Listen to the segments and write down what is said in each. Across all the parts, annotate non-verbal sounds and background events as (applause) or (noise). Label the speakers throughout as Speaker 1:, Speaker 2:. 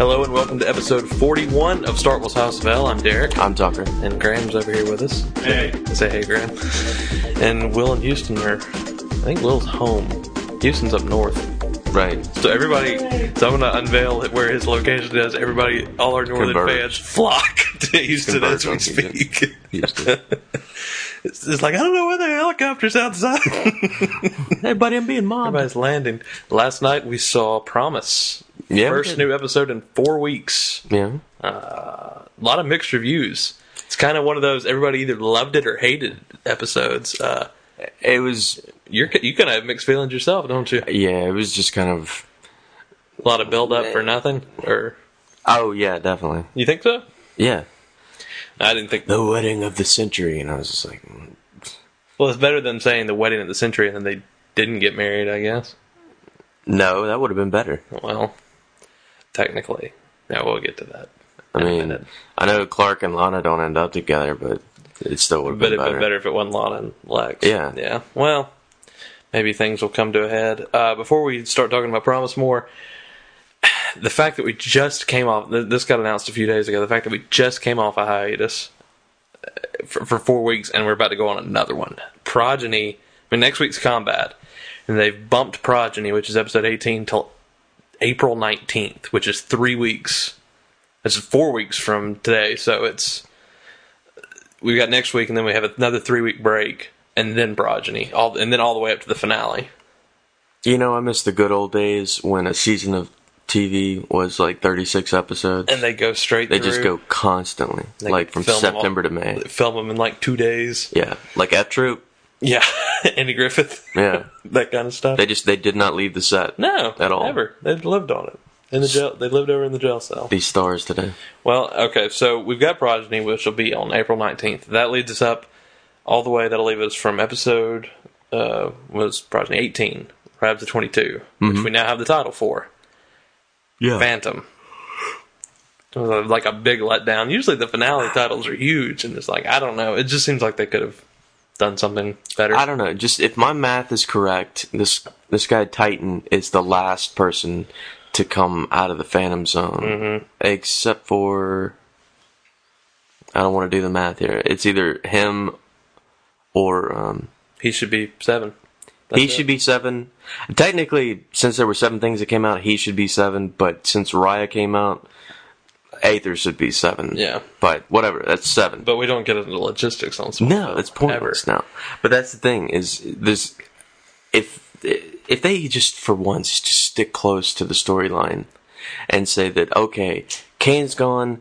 Speaker 1: to episode 41 of Startwell's House of L. I'm Derek,
Speaker 2: I'm Tucker.
Speaker 1: and Graham's over here with us.
Speaker 3: Hey,
Speaker 1: Say hey, Graham. And Will and Houston are, I think Will's home. Houston's up north.
Speaker 2: Right.
Speaker 1: So everybody, so I'm going to unveil where his location is. Everybody, all our northern fans
Speaker 2: Converge.
Speaker 1: flock to Houston as
Speaker 2: Converge
Speaker 1: we
Speaker 2: on Houston.
Speaker 1: speak.
Speaker 2: Houston.
Speaker 1: It's, it's like, I don't know where the helicopter's outside.
Speaker 2: (laughs) hey, buddy, I'm being mobbed.
Speaker 1: Everybody's landing. Last night we saw Promise.
Speaker 2: Yeah, we
Speaker 1: First
Speaker 2: did.
Speaker 1: new episode in four weeks.
Speaker 2: (laughs) Yeah.
Speaker 1: a lot of mixed reviews. It's kind of one of those everybody either loved it or hated episodes. Uh,
Speaker 2: It was,
Speaker 1: you're you kind of have mixed feelings yourself, don't you?
Speaker 2: yeah, it was just kind of,
Speaker 1: A lot of build up for nothing, or
Speaker 2: oh, yeah, definitely.
Speaker 1: you think so?
Speaker 2: Yeah.
Speaker 1: I didn't think.
Speaker 2: The wedding of the century. And I was just like, mm,
Speaker 1: Well, it's better than saying the wedding of the century and then they didn't get married. I guess.
Speaker 2: no, that would have been better.
Speaker 1: Well, technically, yeah, we'll get to that.
Speaker 2: I
Speaker 1: in a
Speaker 2: mean,
Speaker 1: minute.
Speaker 2: I know Clark and Lana don't end up together, but it still would have
Speaker 1: But
Speaker 2: been
Speaker 1: it'd
Speaker 2: better.
Speaker 1: been better if it wasn't Lana and Lex.
Speaker 2: Yeah.
Speaker 1: Yeah. Well, maybe things will come to a head. Uh, before we start talking about Promise more, (sighs) the fact that we just came off, th- this got announced a few days ago, the fact that we just came off a hiatus uh, for, for four weeks and we're about to go on another one. Progeny, I mean, next week's Combat. And they've bumped Progeny, which is episode 18, till April 19th, which is three weeks. It's four weeks from today, so it's we got next week, and then we have another three week break, and then Progeny, all and then all the way up to the finale.
Speaker 2: You know, I miss the good old days when a season of TV was like 36 episodes.
Speaker 1: And they go straight.
Speaker 2: they
Speaker 1: through.
Speaker 2: just go constantly,
Speaker 1: They
Speaker 2: like from
Speaker 1: film 'em all-
Speaker 2: September to May.
Speaker 1: Film them in like two days.
Speaker 2: Yeah, like F Troop.
Speaker 1: Yeah, (laughs) Andy Griffith.
Speaker 2: Yeah.
Speaker 1: that kind of stuff.
Speaker 2: They just they did not leave the set.
Speaker 1: no,
Speaker 2: at all.
Speaker 1: Never. They lived on it in the jail. They lived over in the jail cell.
Speaker 2: These stars today.
Speaker 1: Well, okay, so we've got Progeny, which will be on April 19th. That leads us up all the way, that'll leave us from episode, uh, was Progeny 18, right up to 22,
Speaker 2: Mm-hmm.
Speaker 1: which we now have the title for,
Speaker 2: Yeah.
Speaker 1: Phantom. It was Like a big letdown. Usually the finale titles are huge, and it's like, I don't know, it just seems like they could have done something better.
Speaker 2: I don't know. Just if my math is correct, this this guy Titan is the last person to come out of the Phantom Zone, except for I don't want to do the math here. It's either him or um,
Speaker 1: He should be seven.
Speaker 2: he should be seven. Technically, since there were seven things that came out, he should be seven. But since Raya came out, Aether should be seven.
Speaker 1: Yeah.
Speaker 2: but whatever. That's seven.
Speaker 1: But we don't get into logistics on some
Speaker 2: No, it's pointless now. But that's the thing is there's if if they just for once just stick close to the storyline and say that okay, Kane's gone,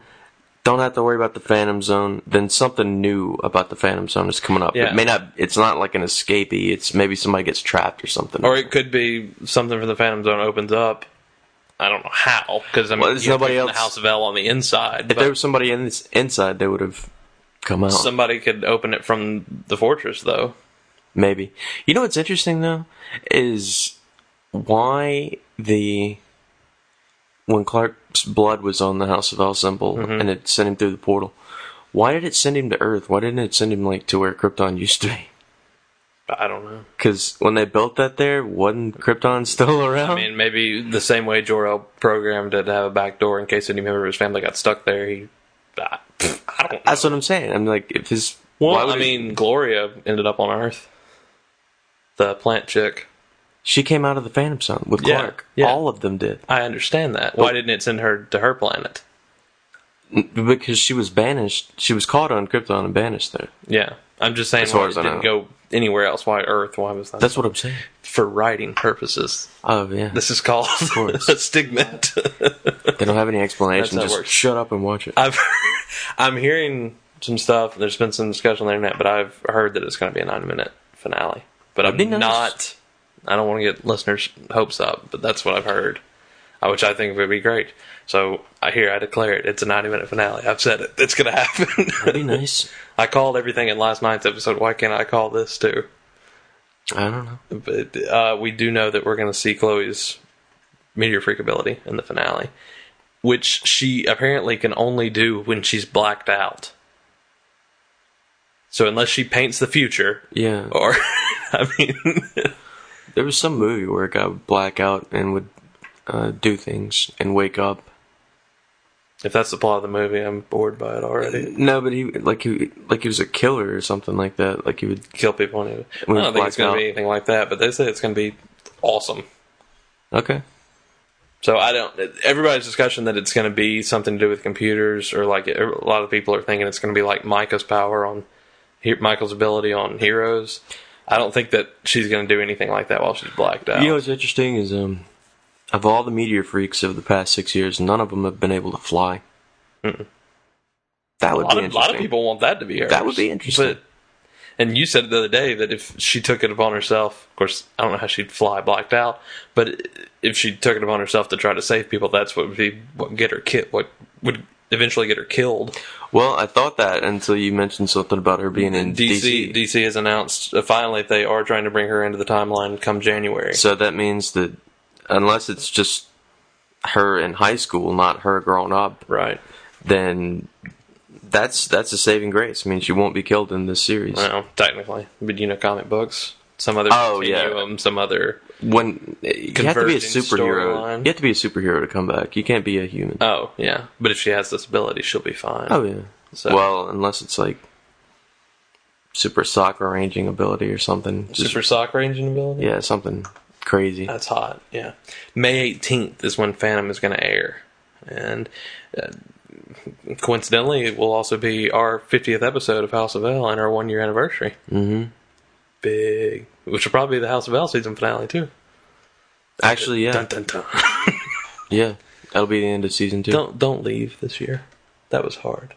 Speaker 2: don't have to worry about the Phantom Zone, then something new about the Phantom Zone is coming up.
Speaker 1: Yeah.
Speaker 2: It may not it's not like an escapee, it's maybe somebody gets trapped or something.
Speaker 1: Or it could be something from the Phantom Zone opens up. I don't know how because I mean
Speaker 2: Well, there's
Speaker 1: you have to
Speaker 2: nobody
Speaker 1: open
Speaker 2: else-
Speaker 1: The House of L on the inside,
Speaker 2: if
Speaker 1: but
Speaker 2: there was somebody in this inside they would have come out.
Speaker 1: somebody could open it from the fortress, though.
Speaker 2: Maybe. You know what's interesting though is why the when Clark's blood was on the House of El symbol
Speaker 1: Mm-hmm.
Speaker 2: and it sent him through the portal. Why did it send him to Earth? Why didn't it send him like to where Krypton used to be? (laughs)
Speaker 1: But I don't know.
Speaker 2: Because when they built that there, wasn't Krypton still around?
Speaker 1: I mean, maybe the same way Jor El programmed it to have a back door in case any member of his family got stuck there. He, I, I don't. Know.
Speaker 2: That's what I'm saying. I'm like, if his why
Speaker 1: Well,
Speaker 2: would
Speaker 1: I
Speaker 2: it-
Speaker 1: mean, Gloria ended up on Earth. The plant chick.
Speaker 2: she came out of the Phantom Zone with
Speaker 1: Yeah,
Speaker 2: Clark.
Speaker 1: yeah.
Speaker 2: All of them did
Speaker 1: I understand that. Why didn't it send her to her planet?
Speaker 2: because she was banished. She was caught on Krypton and banished there.
Speaker 1: Yeah, I'm just saying.
Speaker 2: As far
Speaker 1: Why it
Speaker 2: as I
Speaker 1: didn't
Speaker 2: know.
Speaker 1: go anywhere else? Why Earth? Why was that?
Speaker 2: That's what I'm saying.
Speaker 1: for writing purposes.
Speaker 2: Oh yeah.
Speaker 1: This is called
Speaker 2: course.
Speaker 1: (laughs) a stigmat.
Speaker 2: They don't have any
Speaker 1: That's Uh,
Speaker 2: explanation.
Speaker 1: how it
Speaker 2: Just
Speaker 1: works.
Speaker 2: shut up and watch it.
Speaker 1: I've (laughs) I'm hearing some stuff. There's been some discussion on the internet, but I've heard that it's going to be a nine minute finale. But I'm
Speaker 2: be nice.
Speaker 1: not. I don't want to get listeners' hopes up, but that's what I've heard, uh, which I think would be great. So I hear I declare it. It's a ninety minute finale. I've said it. It's going to (laughs) happen.
Speaker 2: That'd be nice.
Speaker 1: I called everything in last night's episode. Why can't I call this too?
Speaker 2: (laughs) I don't know.
Speaker 1: but uh, we do know that we're going to see Chloe's meteor freak ability in the finale, which she apparently can only do when she's blacked out. So unless she paints the future,
Speaker 2: Yeah,
Speaker 1: or (laughs) I mean,
Speaker 2: there was some movie where a guy would black out and would uh, do things and wake up.
Speaker 1: If that's the plot of the movie, I'm bored by it already.
Speaker 2: No, but he like he like he was a killer or something like that. Like he would.
Speaker 1: Kill people. And it- I
Speaker 2: When
Speaker 1: don't think it's going
Speaker 2: Blackout.
Speaker 1: to be anything like that, but they say it's going to be awesome.
Speaker 2: Okay.
Speaker 1: So I don't. Everybody's discussion that it's going to be something to do with computers, or like a lot of people are thinking it's going to be like Micah's power on he- Michael's ability on Heroes. I don't think that she's going to do anything like that while she's blacked out.
Speaker 2: You know what's interesting is um, of all the meteor freaks of the past six years, none of them have been able to fly. That
Speaker 1: a
Speaker 2: would
Speaker 1: lot
Speaker 2: be
Speaker 1: of,
Speaker 2: interesting.
Speaker 1: lot of people want that to be her.
Speaker 2: That would be interesting.
Speaker 1: But, and you said the other day that if she took it upon herself, of course, I don't know how she'd fly blacked out, but if she took it upon herself to try to save people, that's what would be what get her killed. What would eventually get her killed.
Speaker 2: Well, I thought that until you mentioned something about her being in
Speaker 1: DC,
Speaker 2: DC.
Speaker 1: DC has announced uh, finally they are trying to bring her into the timeline come January.
Speaker 2: So that means that unless it's just her in high school, not her grown up,
Speaker 1: right.
Speaker 2: then that's that's a saving grace. I mean, she won't be killed in this series.
Speaker 1: Well, technically, but you know, comic books, some other
Speaker 2: Oh, yeah.
Speaker 1: continuum, some other.
Speaker 2: When you have to be a
Speaker 1: Converging
Speaker 2: superhero,
Speaker 1: storyline.
Speaker 2: you have to be a superhero to come back. You can't be a human.
Speaker 1: Oh yeah, but if she has this ability, she'll be fine.
Speaker 2: Oh yeah.
Speaker 1: So-
Speaker 2: well, unless it's like super sock arranging ability or something. Just,
Speaker 1: super Uh, sock ranging ability.
Speaker 2: yeah, something crazy.
Speaker 1: That's hot. Yeah. May 18th is when Phantom is going to air. And uh, coincidentally, it will also be our 50th episode of House of L and our one year anniversary. Mm-hmm. Big. Which will probably be the House of L season finale, too.
Speaker 2: Actually, yeah,
Speaker 1: Dun, dun, dun.
Speaker 2: yeah. That'll be the end of season 2
Speaker 1: don't, don't leave this year. That was hard.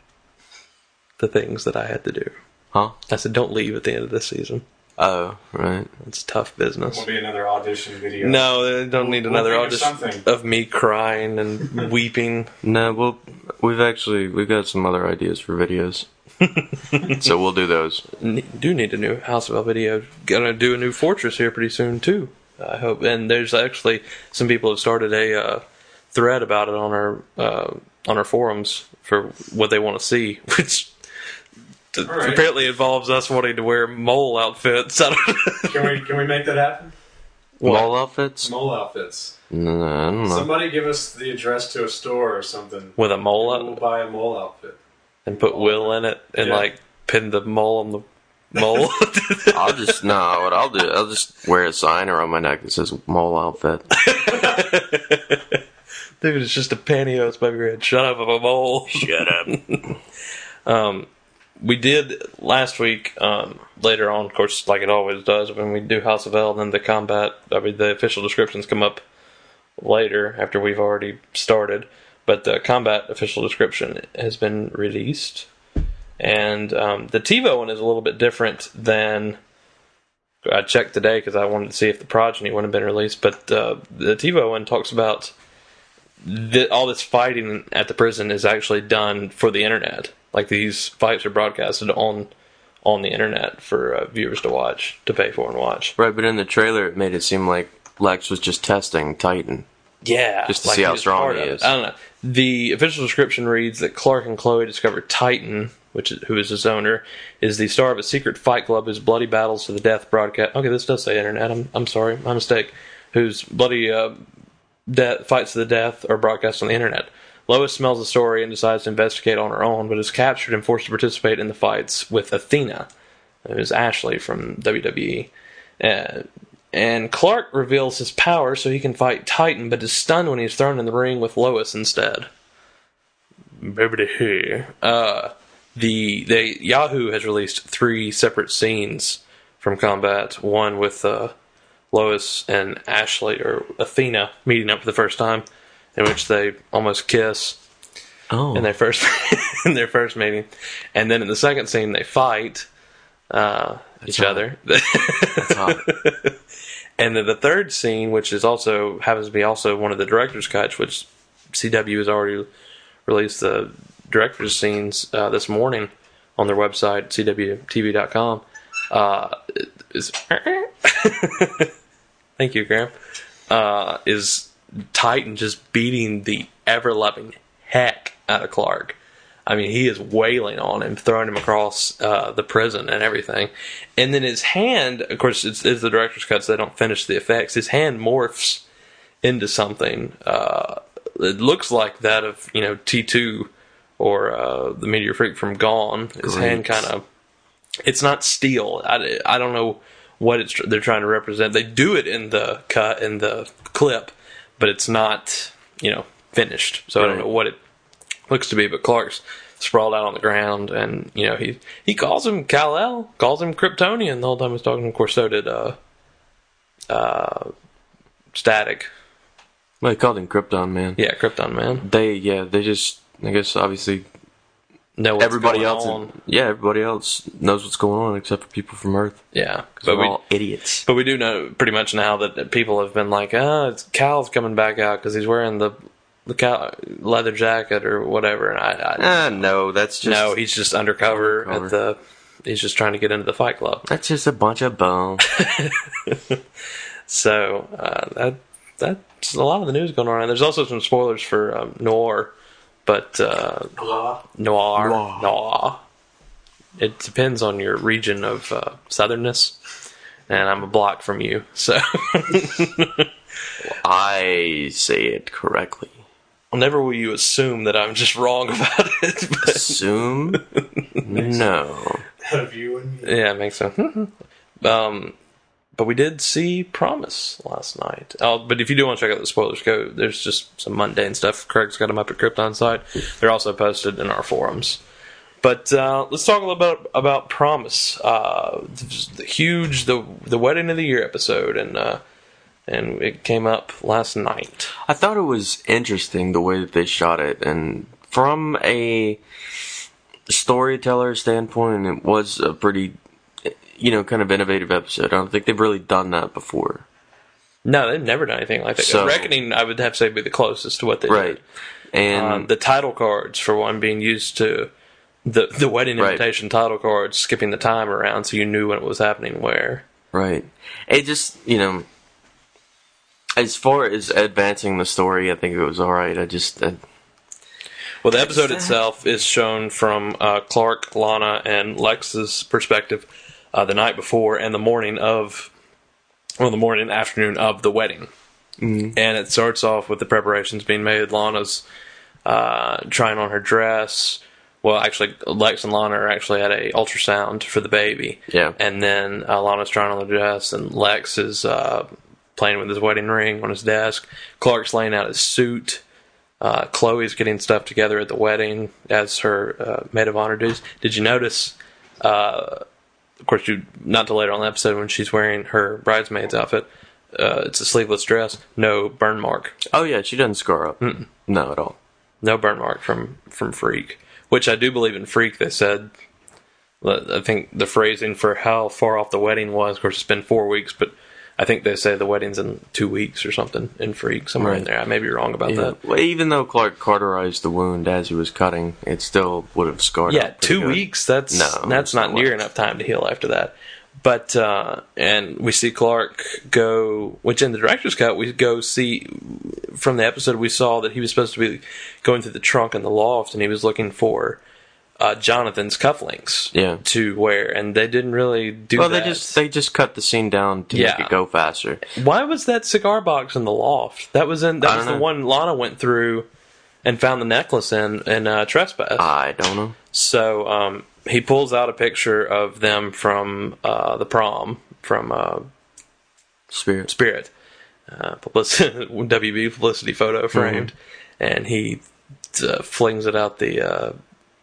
Speaker 1: The things that I had to do.
Speaker 2: Huh?
Speaker 1: I said, don't leave at the end of this season.
Speaker 2: Oh, right.
Speaker 1: It's tough business.
Speaker 3: Will be another audition video.
Speaker 1: No, I don't need
Speaker 3: We'll
Speaker 1: another
Speaker 3: think of
Speaker 1: audition
Speaker 3: something.
Speaker 1: of me crying and weeping.
Speaker 2: No, well, we've actually we've got some other ideas for videos,
Speaker 1: (laughs)
Speaker 2: so we'll do those.
Speaker 1: ne- do need a new House of El video. Gonna do a new fortress here pretty soon too. I hope. And there's actually some people have started a uh, thread about it on our uh, on our forums for what they want to see, (laughs) which t-
Speaker 3: right.
Speaker 1: apparently involves us wanting to wear mole outfits. (laughs) I don't know.
Speaker 3: Can we can we make that happen?
Speaker 1: What?
Speaker 2: Mall outfits?
Speaker 3: Mole outfits.
Speaker 2: No, I don't know.
Speaker 3: Somebody give us the address to a store or something.
Speaker 1: With a mole
Speaker 3: We'll
Speaker 1: up
Speaker 3: buy a mole outfit.
Speaker 1: and put Will in it and
Speaker 3: Yeah.
Speaker 1: like pin the mole on the
Speaker 3: (laughs)
Speaker 1: mole.
Speaker 2: I'll just no. What I'll do? I'll just wear a sign around my neck that says "mole outfit."
Speaker 1: Dude, it's just a pantyhose, baby red. Shut up, I'm a mole.
Speaker 2: Shut up.
Speaker 1: (laughs) Um, we did last week um, later on of course like it always does when we do house of l then the combat i mean the official descriptions come up later after we've already started but the combat official description has been released and um, the tivo one is a little bit different than i checked today because i wanted to see if the progeny would have been released but uh, the tivo one talks about th- all this fighting at the prison is actually done for the internet. Like these fights are broadcasted on on the internet for uh, viewers to watch, to pay for and watch.
Speaker 2: Right, but in the trailer, it made it seem like Lex was just testing Titan.
Speaker 1: Yeah,
Speaker 2: Just to see how
Speaker 1: was
Speaker 2: strong
Speaker 1: part
Speaker 2: he
Speaker 1: of it.
Speaker 2: is.
Speaker 1: I don't know. The official description reads that Clark and Chloe discover Titan, which is, who is his owner, is the star of a secret fight club whose bloody battles to the death broadcast. Okay, this does say internet. I'm I'm sorry, my mistake. Whose bloody uh, death fights to the death are broadcast on the internet. Lois smells the story and decides to investigate on her own, but is captured and forced to participate in the fights with Athena, who is Ashley from WWE. Uh, and Clark reveals his power so he can fight Titan, but is stunned when he's thrown in the ring with Lois instead. Bibbidi-hoo. Uh, the they Yahoo has released three separate scenes from combat. One with uh, Lois and Ashley or Athena meeting up for the first time, in which they almost kiss
Speaker 2: Oh,
Speaker 1: in their first (laughs) in their first meeting, and then in the second scene they fight uh, each
Speaker 2: hot.
Speaker 1: other. (laughs)
Speaker 2: hot.
Speaker 1: and then the third scene, which is also happens to be also one of the director's cuts, which CW has already released the director's scenes uh, this morning on their website cwtv.com. Uh, it- is thank you, Graham. Uh, is Titan just beating the ever loving heck out of Clark? I mean, he is wailing on him, throwing him across uh, the prison and everything. And then his hand, of course, it's, it's the director's cut, so they don't finish the effects. His hand morphs into something uh, it looks like that of you know T two or uh, the Meteor Freak from Gone. His hand
Speaker 2: Great.
Speaker 1: kind of it's not steel. I, I don't know what it's they're trying to represent. They do it in the cut in the clip, but it's not you know finished. So I don't
Speaker 2: Right.
Speaker 1: know what it looks to be. But Clark's sprawled out on the ground, and you know he he calls him Kal El, calls him Kryptonian the whole time he's talking. Of course, so did uh uh Static.
Speaker 2: Well, they called him Krypton Man.
Speaker 1: Yeah, Krypton man.
Speaker 2: They yeah they just I guess obviously
Speaker 1: Know what's
Speaker 2: everybody
Speaker 1: going
Speaker 2: else
Speaker 1: on.
Speaker 2: yeah everybody else knows what's going on except for people from Earth.
Speaker 1: yeah,
Speaker 2: 'Cause
Speaker 1: but
Speaker 2: we're
Speaker 1: we
Speaker 2: all idiots.
Speaker 1: but we do know pretty much now that, that people have been like, oh, it's Cal's coming back out because he's wearing the the cow, leather jacket or whatever. And I, I
Speaker 2: Ah no, that's just
Speaker 1: no, he's just undercover, at
Speaker 2: Undercover.
Speaker 1: the. He's just trying to get into the Fight Club.
Speaker 2: that's just a bunch of bones.
Speaker 1: So uh, that that's a lot of the news going on. And there's also some spoilers for um, Noir, but uh,
Speaker 3: Blah.
Speaker 1: Noir,
Speaker 2: Noir.
Speaker 1: Noir. It depends on your region of uh, southernness, and I'm a block from you, so (laughs)
Speaker 2: I say it correctly.
Speaker 1: never will you assume that I'm just wrong (laughs) about it. But
Speaker 2: Assume no.
Speaker 3: Have you and me?
Speaker 1: yeah, it makes sense. (laughs) um, but we did see Promise last night. Oh, but if you do want to check out the spoilers, go. There's just some mundane stuff. Craig's got them up at Krypton site. They're also posted in our forums. But uh, let's talk a little bit about Promise. Uh, th- the huge the the wedding of the year episode, and uh, and it came up last night.
Speaker 2: I thought it was interesting the way that they shot it, and from a storyteller standpoint, it was a pretty, you know, kind of innovative episode. I don't think they've really done that before,
Speaker 1: No, they've never done anything like that.
Speaker 2: So-
Speaker 1: Reckoning, I would have to say, would be the closest to what they did.
Speaker 2: right? And
Speaker 1: Um, the title cards, for one, being used to the the wedding
Speaker 2: Right.
Speaker 1: invitation title cards, skipping the time around so you knew when it was happening where.
Speaker 2: right, it just you know, as far as advancing the story, I think it was all right. I just I,
Speaker 1: Well, the episode
Speaker 2: that?
Speaker 1: itself is shown from uh, Clark, Lana, and Lex's perspective uh, the night before and the morning of, well, the morning afternoon of the wedding. And it starts off with the preparations being made. Lana's uh, trying on her dress. Well, actually, Lex and Lana are actually at a ultrasound for the baby.
Speaker 2: Yeah.
Speaker 1: And then uh, Lana's trying on the dress, and Lex is uh, playing with his wedding ring on his desk. Clark's laying out his suit. Uh, Chloe's getting stuff together at the wedding as her uh, maid of honor dues. Did you notice? Uh, of course, you not till later on the episode when she's wearing her bridesmaid's outfit. Uh, it's a sleeveless dress, no burn mark,
Speaker 2: oh yeah, she doesn't scar up, no at all.
Speaker 1: no burn mark from from Freak, which I do believe in Freak. They said, I think the phrasing for how far off the wedding was. Of course, it's been four weeks, but I think they say the wedding's in two weeks or something in Freak somewhere in
Speaker 2: Right.
Speaker 1: there. I may be wrong about
Speaker 2: Yeah.
Speaker 1: that.
Speaker 2: Well, even though Clark cauterized the wound as he was cutting, it still would have scarred.
Speaker 1: Yeah,
Speaker 2: up pretty
Speaker 1: two
Speaker 2: good.
Speaker 1: weeks. That's
Speaker 2: No,
Speaker 1: that's
Speaker 2: it's
Speaker 1: not
Speaker 2: not
Speaker 1: near
Speaker 2: much.
Speaker 1: enough time to heal after that. But uh, and we see Clark go, which in the director's cut we go see from the episode we saw that he was supposed to be going through the trunk in the loft and he was looking for uh, Jonathan's cufflinks
Speaker 2: Yeah.
Speaker 1: to wear, and they didn't really do
Speaker 2: Well,
Speaker 1: that.
Speaker 2: they just they just cut the scene down to
Speaker 1: Yeah.
Speaker 2: make it go faster.
Speaker 1: Why was that cigar box in the loft? That was in that
Speaker 2: I
Speaker 1: was
Speaker 2: don't
Speaker 1: the
Speaker 2: know.
Speaker 1: one Lana went through and found the necklace in in uh, trespass.
Speaker 2: I don't know.
Speaker 1: So um, he pulls out a picture of them from uh, the prom from uh,
Speaker 2: Spirit.
Speaker 1: Spirit, uh, publicity, (laughs) WB publicity photo framed, and he uh, flings it out the uh,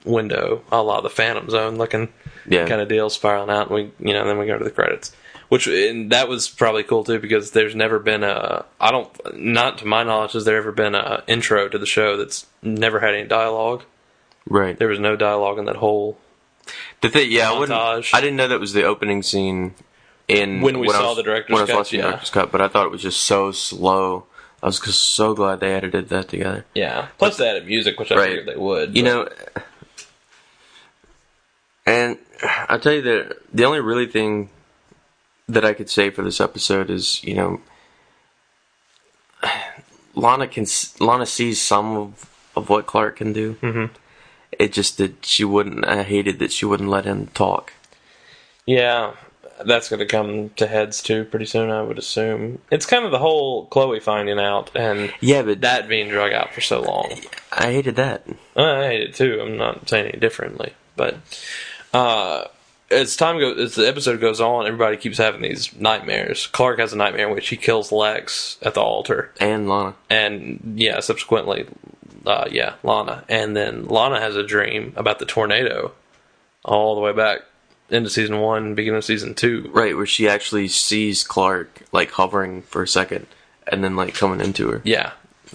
Speaker 1: window, a la the Phantom Zone looking
Speaker 2: Yeah.
Speaker 1: kind of deal, spiraling out. And we, you know, then we go to the credits, which and that was probably cool too because there's never been a I don't not to my knowledge has there ever been a intro to the show that's never had any dialogue.
Speaker 2: Right.
Speaker 1: There was no dialogue in that whole
Speaker 2: The thing, yeah, I wouldn't.
Speaker 1: Montage.
Speaker 2: I didn't know that was the opening scene. In
Speaker 1: When we
Speaker 2: I
Speaker 1: saw
Speaker 2: was-
Speaker 1: the director's
Speaker 2: when I was
Speaker 1: cut,
Speaker 2: watching
Speaker 1: yeah.
Speaker 2: the director's cut, but I thought it was just so slow. I was just so glad they edited that together.
Speaker 1: Yeah. Plus they added music, which I
Speaker 2: Right.
Speaker 1: figured they would.
Speaker 2: You
Speaker 1: but-
Speaker 2: know, and I tell you that the only really thing that I could say for this episode is, you know, Lana can s- Lana sees some of, of what Clark can do. Mm-hmm. It just that she wouldn't. I hated that she wouldn't let him talk.
Speaker 1: Yeah. that's going to come to heads too pretty soon, I would assume. It's kind of the whole Chloe finding out and
Speaker 2: Yeah, but
Speaker 1: that being drug out for so long.
Speaker 2: I hated that.
Speaker 1: I hate it too. I'm not saying it differently, but uh, as time goes, as the episode goes on, everybody keeps having these nightmares. Clark has a nightmare in which he kills Lex at the altar,
Speaker 2: And Lana.
Speaker 1: and yeah, subsequently, uh, yeah, Lana, and then Lana has a dream about the tornado, all the way back into season one, beginning of season two.
Speaker 2: Right, where she actually sees Clark like hovering for a second and then like coming into her.
Speaker 1: Yeah.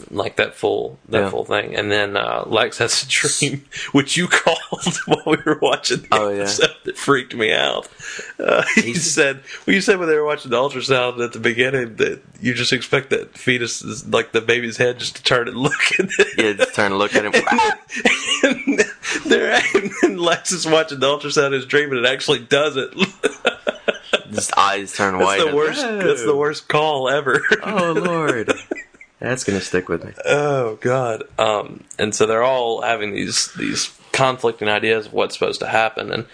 Speaker 1: Like that full that
Speaker 2: Yeah.
Speaker 1: full thing, and then uh, Lex has a dream (laughs) which you called (laughs) while we were watching the
Speaker 2: Oh, yeah.
Speaker 1: episode that freaked me out. Uh, (laughs) you said well, you said when they were watching the ultrasound at the beginning that you just expect that fetus is like the baby's head just to turn and (laughs) look at it.
Speaker 2: Yeah, just trying to look at him.
Speaker 1: and there, and Lex is watching the ultrasound in his dream, and it actually does (laughs) it.
Speaker 2: His eyes turn
Speaker 1: That's
Speaker 2: white.
Speaker 1: the worst. That's the worst call ever.
Speaker 2: Oh Lord. That's gonna stick with me.
Speaker 1: Oh God! Um, and so they're all having these these conflicting ideas of what's supposed to happen, and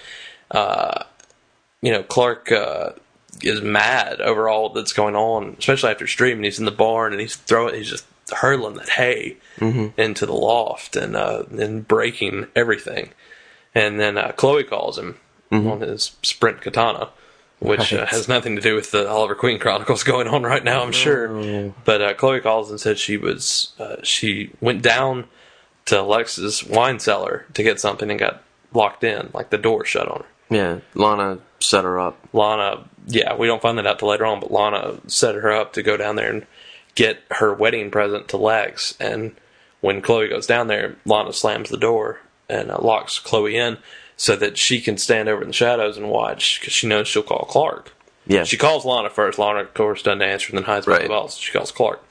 Speaker 1: uh, you know Clark uh, is mad over all that's going on, especially after stream. And he's in the barn and he's throwing, he's just hurling that hay into the loft and uh, and breaking everything. And then uh, Chloe calls him on his sprint katana, which uh,
Speaker 2: Right.
Speaker 1: has nothing to do with the Oliver Queen Chronicles (laughs) going on right now, I'm sure. But uh, Chloe calls and said she was uh, she went down to Lex's wine cellar to get something and got locked in, like the door shut on her.
Speaker 2: Yeah. Lana set her up.
Speaker 1: Lana, yeah, we don't find that out till later on, but Lana set her up to go down there and get her wedding present to Lex. And when Chloe goes down there, Lana slams the door and uh, locks Chloe in so that she can stand over in the shadows and watch because she knows she'll call Clark.
Speaker 2: Yeah.
Speaker 1: She calls Lana first. Lana, of course, doesn't answer, and then hides behind the
Speaker 2: Right.
Speaker 1: walls. She calls Clark.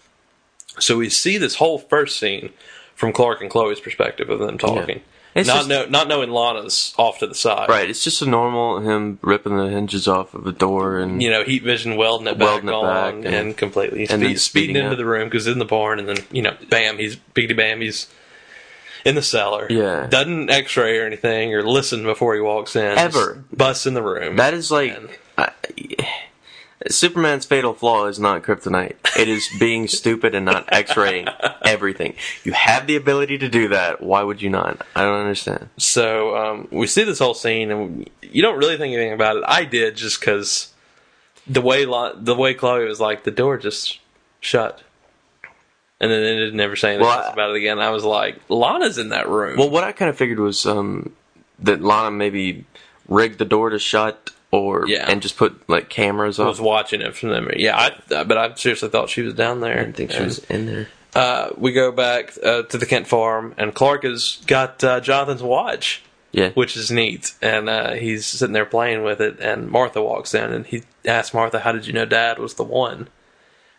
Speaker 1: So we see this whole first scene from Clark and Chloe's perspective of them talking,
Speaker 2: It's
Speaker 1: not
Speaker 2: just-
Speaker 1: know, not knowing Lana's off to the side.
Speaker 2: Right, it's just a normal him ripping the hinges off of a door and
Speaker 1: you know, heat vision welding it
Speaker 2: Welding
Speaker 1: back
Speaker 2: it
Speaker 1: on
Speaker 2: back
Speaker 1: and,
Speaker 2: and-
Speaker 1: completely
Speaker 2: and
Speaker 1: spe-
Speaker 2: then
Speaker 1: speeding
Speaker 2: speeding
Speaker 1: into
Speaker 2: up.
Speaker 1: the room because in the barn and then you know, bam, he's biggity bam, he's in the cellar.
Speaker 2: Yeah.
Speaker 1: doesn't X-ray or anything or listen before he walks in.
Speaker 2: Ever.
Speaker 1: Just busts in the room.
Speaker 2: That is like
Speaker 1: And-
Speaker 2: I, Superman's fatal flaw is not kryptonite. It is being stupid and not X-raying everything. You have the ability to do that. Why would you not? I don't understand.
Speaker 1: so um, we see this whole scene and you don't really think anything about it. I did just because the way Lo- the way Chloe was like the door just shut. And then it never say anything
Speaker 2: Well,
Speaker 1: else
Speaker 2: I-
Speaker 1: about it again. I was like, Lana's in that room.
Speaker 2: Well, what I kind of figured was um, that Lana maybe rigged the door to shut, or
Speaker 1: Yeah.
Speaker 2: and just put like cameras
Speaker 1: I
Speaker 2: up.
Speaker 1: was watching it from memory. Yeah, I, uh, but I seriously thought she was down there.
Speaker 2: I didn't think she was in there.
Speaker 1: Uh, we go back uh, to the Kent farm, and Clark has got uh, Jonathan's watch,
Speaker 2: Yeah,
Speaker 1: which is neat. And uh, he's sitting there playing with it, and Martha walks in, and he asks Martha, "How did you know Dad was the one?"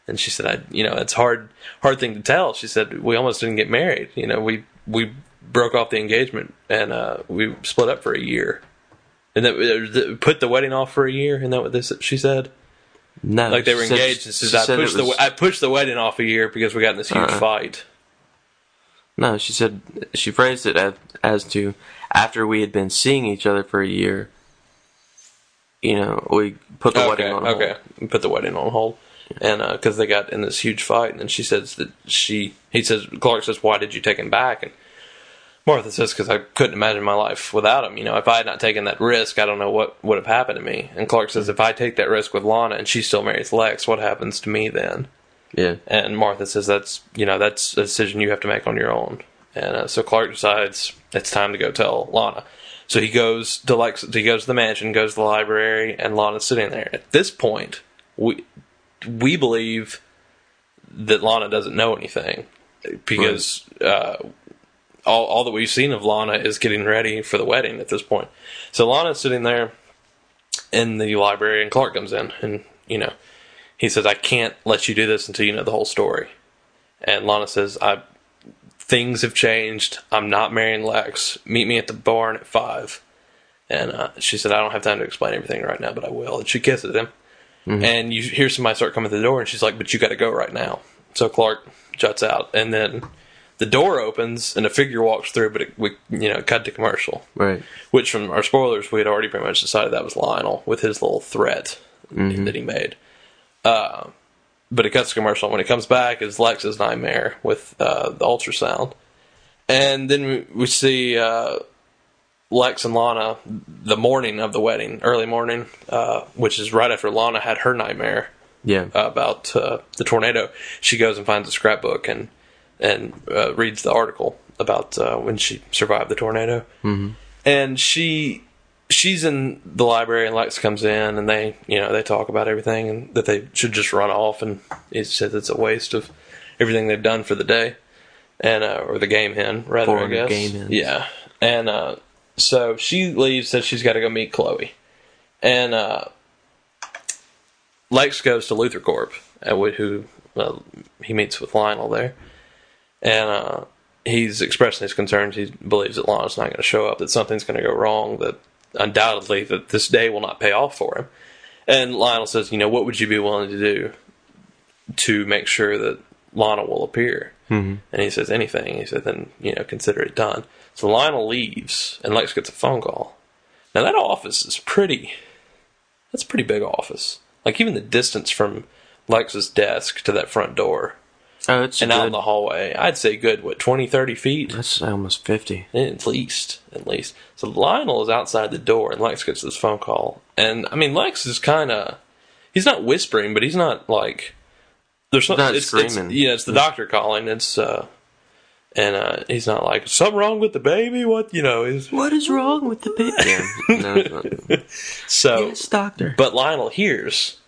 Speaker 1: And she said, "I, you know, it's hard, hard thing to tell." She said, "We almost didn't get married. You know, we we broke off the engagement, and uh, we split up for a year." And that, that put the wedding off for a year. Isn't that what this, she said?
Speaker 2: no,
Speaker 1: like they were
Speaker 2: she said-
Speaker 1: engaged. And says,
Speaker 2: she
Speaker 1: I
Speaker 2: said it
Speaker 1: pushed the
Speaker 2: was-
Speaker 1: I pushed the wedding off a year because we got in this huge
Speaker 2: Uh-uh.
Speaker 1: fight.
Speaker 2: No, she said she phrased it as, as to after we had been seeing each other for a year. You know, we put the
Speaker 1: okay,
Speaker 2: wedding on. hold.
Speaker 1: okay, put the wedding on hold, and because they got in this huge fight, and then she says that she he says Clark says why did you take him back and. Martha says, because I couldn't imagine my life without him. You know, if I had not taken that risk, I don't know what would have happened to me. And Clark
Speaker 2: Mm-hmm.
Speaker 1: says, if I take that risk with Lana and she still marries Lex, what happens to me then?
Speaker 2: Yeah.
Speaker 1: And Martha says, "That's you know that's a decision you have to make on your own." And uh, so Clark decides it's time to go tell Lana. So he goes to Lex, he goes to the mansion, goes to the library, and Lana's sitting there. At this point, we we believe that Lana doesn't know anything because uh, all all that we've seen of Lana is getting ready for the wedding at this point. So Lana's sitting there in the library, and Clark comes in, and you know he says, I can't let you do this until you know the whole story. And Lana says, I things have changed. I'm not marrying Lex. Meet me at the barn at five. And uh, she said, I don't have time to explain everything right now, but I will. And she kisses him. And you hear somebody start coming to the door, and she's like, But you got to go right now. So Clark juts out, and then the door opens and a figure walks through, but it, we you know cut to commercial,
Speaker 2: Right.
Speaker 1: which from our spoilers we had already pretty much decided that was Lionel with his little threat that he made. Uh, but it cuts to commercial. When it comes back, it's Lex's nightmare with uh, the ultrasound, and then we, we see uh, Lex and Lana the morning of the wedding, early morning, uh, which is right after Lana had her nightmare
Speaker 2: Yeah.
Speaker 1: about uh, the tornado, she goes and finds a scrapbook and and uh, reads the article about uh, when she survived the tornado. Mm-hmm. And she she's in the library, and Lex comes in, and they you know they talk about everything and that they should just run off, and he says it's a waste of everything they've done for the day, and uh, or the game hen rather,
Speaker 2: Or
Speaker 1: I guess.
Speaker 2: game hens.
Speaker 1: Yeah, and uh, so she leaves, says she's got to go meet Chloe, and. uh Lex goes to Luther Corp, uh, wh- who uh, he meets with Lionel there, and uh, he's expressing his concerns. He believes that Lionel's not going to show up, that something's going to go wrong, that undoubtedly that this day will not pay off for him. And Lionel says, "You know, what would you be willing to do to make sure that Lionel will appear?" Mm-hmm. And he says, "Anything." He said, "Then you know, consider it done." So Lionel leaves, and Lex gets a phone call. Now that office is pretty that's a pretty big office. Like even the distance from Lex's desk to that front door
Speaker 2: Oh, it's
Speaker 1: and out in
Speaker 2: good.
Speaker 1: the hallway, I'd say good what 20, 30 feet
Speaker 2: That's almost fifty.
Speaker 1: at least, at least. So Lionel is outside the door, and Lex gets this phone call, and I mean Lex is kind of he's not whispering, but he's not like there's
Speaker 2: Not
Speaker 1: something it's, it's-
Speaker 2: screaming.
Speaker 1: yeah, it's the doctor calling. It's uh, and uh, he's not like something wrong with the baby. What you know is
Speaker 2: What is wrong with the pit?
Speaker 1: (laughs)
Speaker 2: Yeah. No, it's not.
Speaker 1: so.
Speaker 2: Yes, doctor.
Speaker 1: But Lionel hears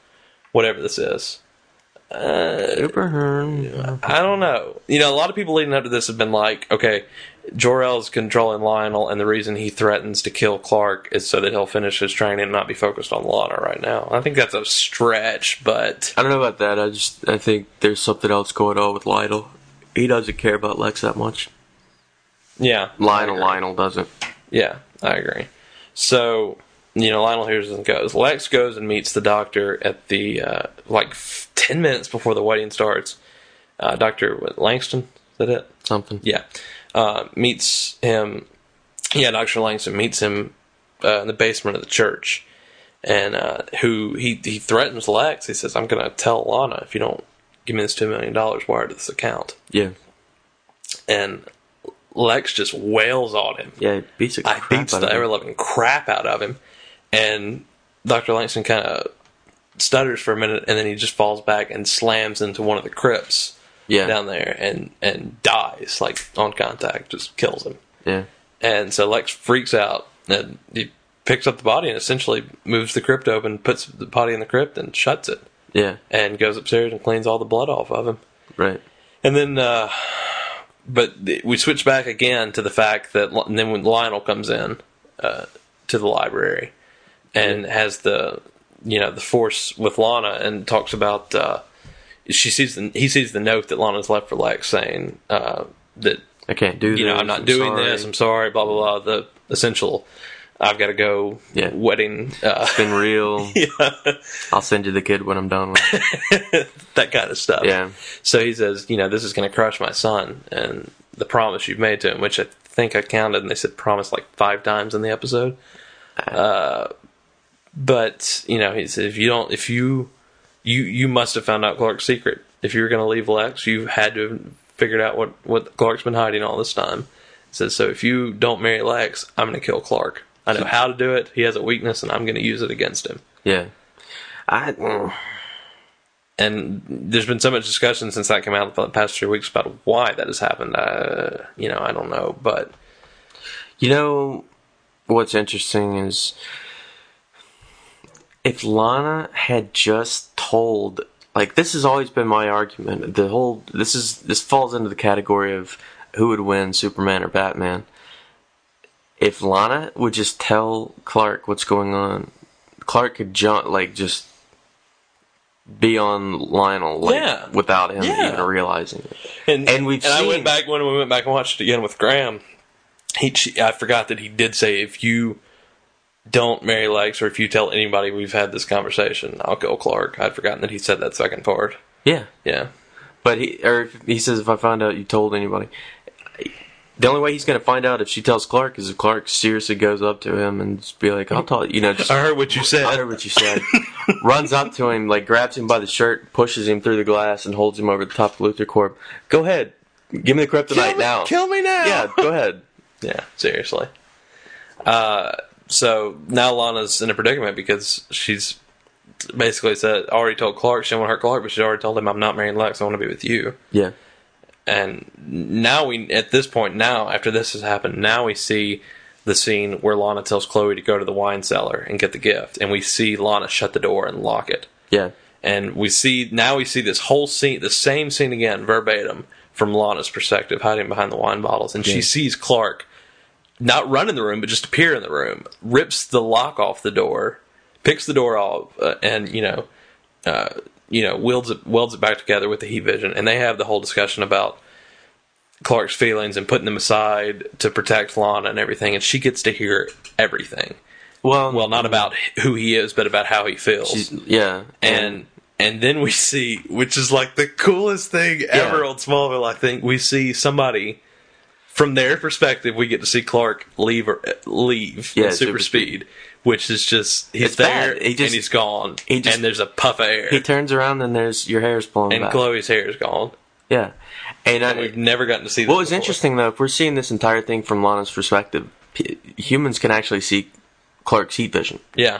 Speaker 1: whatever this is.
Speaker 2: Super Hearn.
Speaker 1: I don't know. You know, a lot of people leading up to this have been like, okay, Jor-El's controlling Lionel, and the reason he threatens to kill Clark is so that he'll finish his training and not be focused on Lana right now. I think that's a stretch, but
Speaker 2: I don't know about that. I just I think there's something else going on with Lionel. He doesn't care about Lex that much.
Speaker 1: yeah.
Speaker 2: Lionel
Speaker 1: I agree.
Speaker 2: Lionel doesn't.
Speaker 1: Yeah, I agree. So, you know, Lionel hears and goes. Lex goes and meets the doctor at the, uh, like, f- 10 minutes before the wedding starts. Uh, Dr. what, Langston, is that it?
Speaker 2: Something.
Speaker 1: yeah, uh, meets him. Yeah, Doctor Langston meets him uh, in the basement of the church, and uh, who he he threatens Lex. He says, "I'm going to tell Lana if you don't give me this two million dollars wired to this account."
Speaker 2: Yeah.
Speaker 1: And Lex just wails on him.
Speaker 2: Yeah. It beats the
Speaker 1: I
Speaker 2: crap
Speaker 1: beats
Speaker 2: out
Speaker 1: the
Speaker 2: of him.
Speaker 1: ever loving crap out of him, and Doctor Langston kind of stutters for a minute, and then he just falls back and slams into one of the crypts
Speaker 2: Yeah.
Speaker 1: down there, and and dies like on contact, just kills him.
Speaker 2: Yeah.
Speaker 1: And so Lex freaks out and he picks up the body and essentially moves the crypt open, puts the body in the crypt and shuts it,
Speaker 2: Yeah.
Speaker 1: and goes upstairs and cleans all the blood off of him.
Speaker 2: Right.
Speaker 1: And then, uh, but th- we switch back again to the fact that, Li- and then when Lionel comes in uh, to the library and has the, you know, the force with Lana and talks about, uh, she sees the, he sees the note that Lana's left for Lex saying uh, that
Speaker 2: I can't do.
Speaker 1: you know,
Speaker 2: this.
Speaker 1: I'm not doing
Speaker 2: sorry.
Speaker 1: this. I'm sorry. Blah blah blah. The essential. I've got to go.
Speaker 2: Yeah.
Speaker 1: Wedding. Uh, (laughs)
Speaker 2: It's been real. I'll send you the kid when I'm done with.
Speaker 1: (laughs)
Speaker 2: it.
Speaker 1: that kind of stuff.
Speaker 2: Yeah.
Speaker 1: So he says, you know, this is going to crush my son and the promise you've made to him, which I think I counted, and they said promise like five times in the episode. Uh, but you know, he said if you don't, if you, you, you must have found out Clark's secret. If you were going to leave Lex, you had to have figured out what what Clark's been hiding all this time. He says, so if you don't marry Lex, I'm going to kill Clark. I know how to do it. He has a weakness, and I'm going to use it against him
Speaker 2: Yeah. I. mm,
Speaker 1: and there's been so much discussion since that came out for the past three weeks about why that has happened. Uh, you know, I don't know, but
Speaker 2: You know what's interesting is if Lana had just told like this has always been my argument. The whole this is this falls into the category of who would win Superman or Batman. If Lana would just tell Clark what's going on, Clark could jump like just be on Lionel like
Speaker 1: Yeah.
Speaker 2: without him
Speaker 1: Yeah.
Speaker 2: even realizing it.
Speaker 1: and
Speaker 2: And we've
Speaker 1: and I
Speaker 2: seen-
Speaker 1: went back when we went back and watched it again with Graham. He she- I forgot that he did say if you don't marry Lex or if you tell anybody we've had this conversation, I'll kill Clark. I'd forgotten that he said that second part.
Speaker 2: Yeah.
Speaker 1: Yeah,
Speaker 2: But he or if- he says if I find out you told anybody, the only way he's going to find out if she tells Clark is if Clark seriously goes up to him and just be like, "I'll tell you," know, just
Speaker 1: I heard what you said.
Speaker 2: I heard what you said. (laughs) Runs up to him, like grabs him by the shirt, pushes him through the glass, and holds him over the top of Luther Corp. Go ahead, give me the kryptonite
Speaker 1: kill me,
Speaker 2: now.
Speaker 1: Kill me now.
Speaker 2: yeah,
Speaker 1: (laughs)
Speaker 2: go ahead.
Speaker 1: Yeah, seriously. Uh, so now Lana's in a predicament because she's basically said already told Clark she didn't want to hurt Clark, but she already told him I'm not marrying Lex. I want to be with you.
Speaker 2: Yeah,
Speaker 1: And now we at this point now after this has happened now we see the scene where Lana tells Chloe to go to the wine cellar and get the gift, and we see Lana shut the door and lock it.
Speaker 2: yeah,
Speaker 1: And we see now we see this whole scene, the same scene again, verbatim from Lana's perspective, hiding behind the wine bottles, and she
Speaker 2: Yeah.
Speaker 1: sees Clark not run in the room, but just appear in the room, rips the lock off the door, picks the door off, uh, and you know, uh, you know, welds it, welds it back together with the heat vision, and they have the whole discussion about Clark's feelings and putting them aside to protect Lana and everything, and she gets to hear everything.
Speaker 2: Well, um,
Speaker 1: Well, not about who he is, but about how he feels
Speaker 2: she's, yeah,
Speaker 1: and and then we see, which is like the coolest thing ever on Smallville. I think we see somebody from their perspective. We get to see Clark leave or uh, leave
Speaker 2: Yeah,
Speaker 1: at super
Speaker 2: super
Speaker 1: speed, which is just he's
Speaker 2: It's
Speaker 1: there
Speaker 2: bad. He just-
Speaker 1: and he's gone,
Speaker 2: he just-
Speaker 1: and there's a puff of air,
Speaker 2: he turns around and there's your hair's blown
Speaker 1: and
Speaker 2: back.
Speaker 1: Chloe's hair is gone.
Speaker 2: yeah, and, I,
Speaker 1: And we've never gotten to see. This
Speaker 2: What was
Speaker 1: before.
Speaker 2: interesting though, if we're seeing this entire thing from Lana's perspective, p- humans can actually see Clark's heat vision.
Speaker 1: Yeah,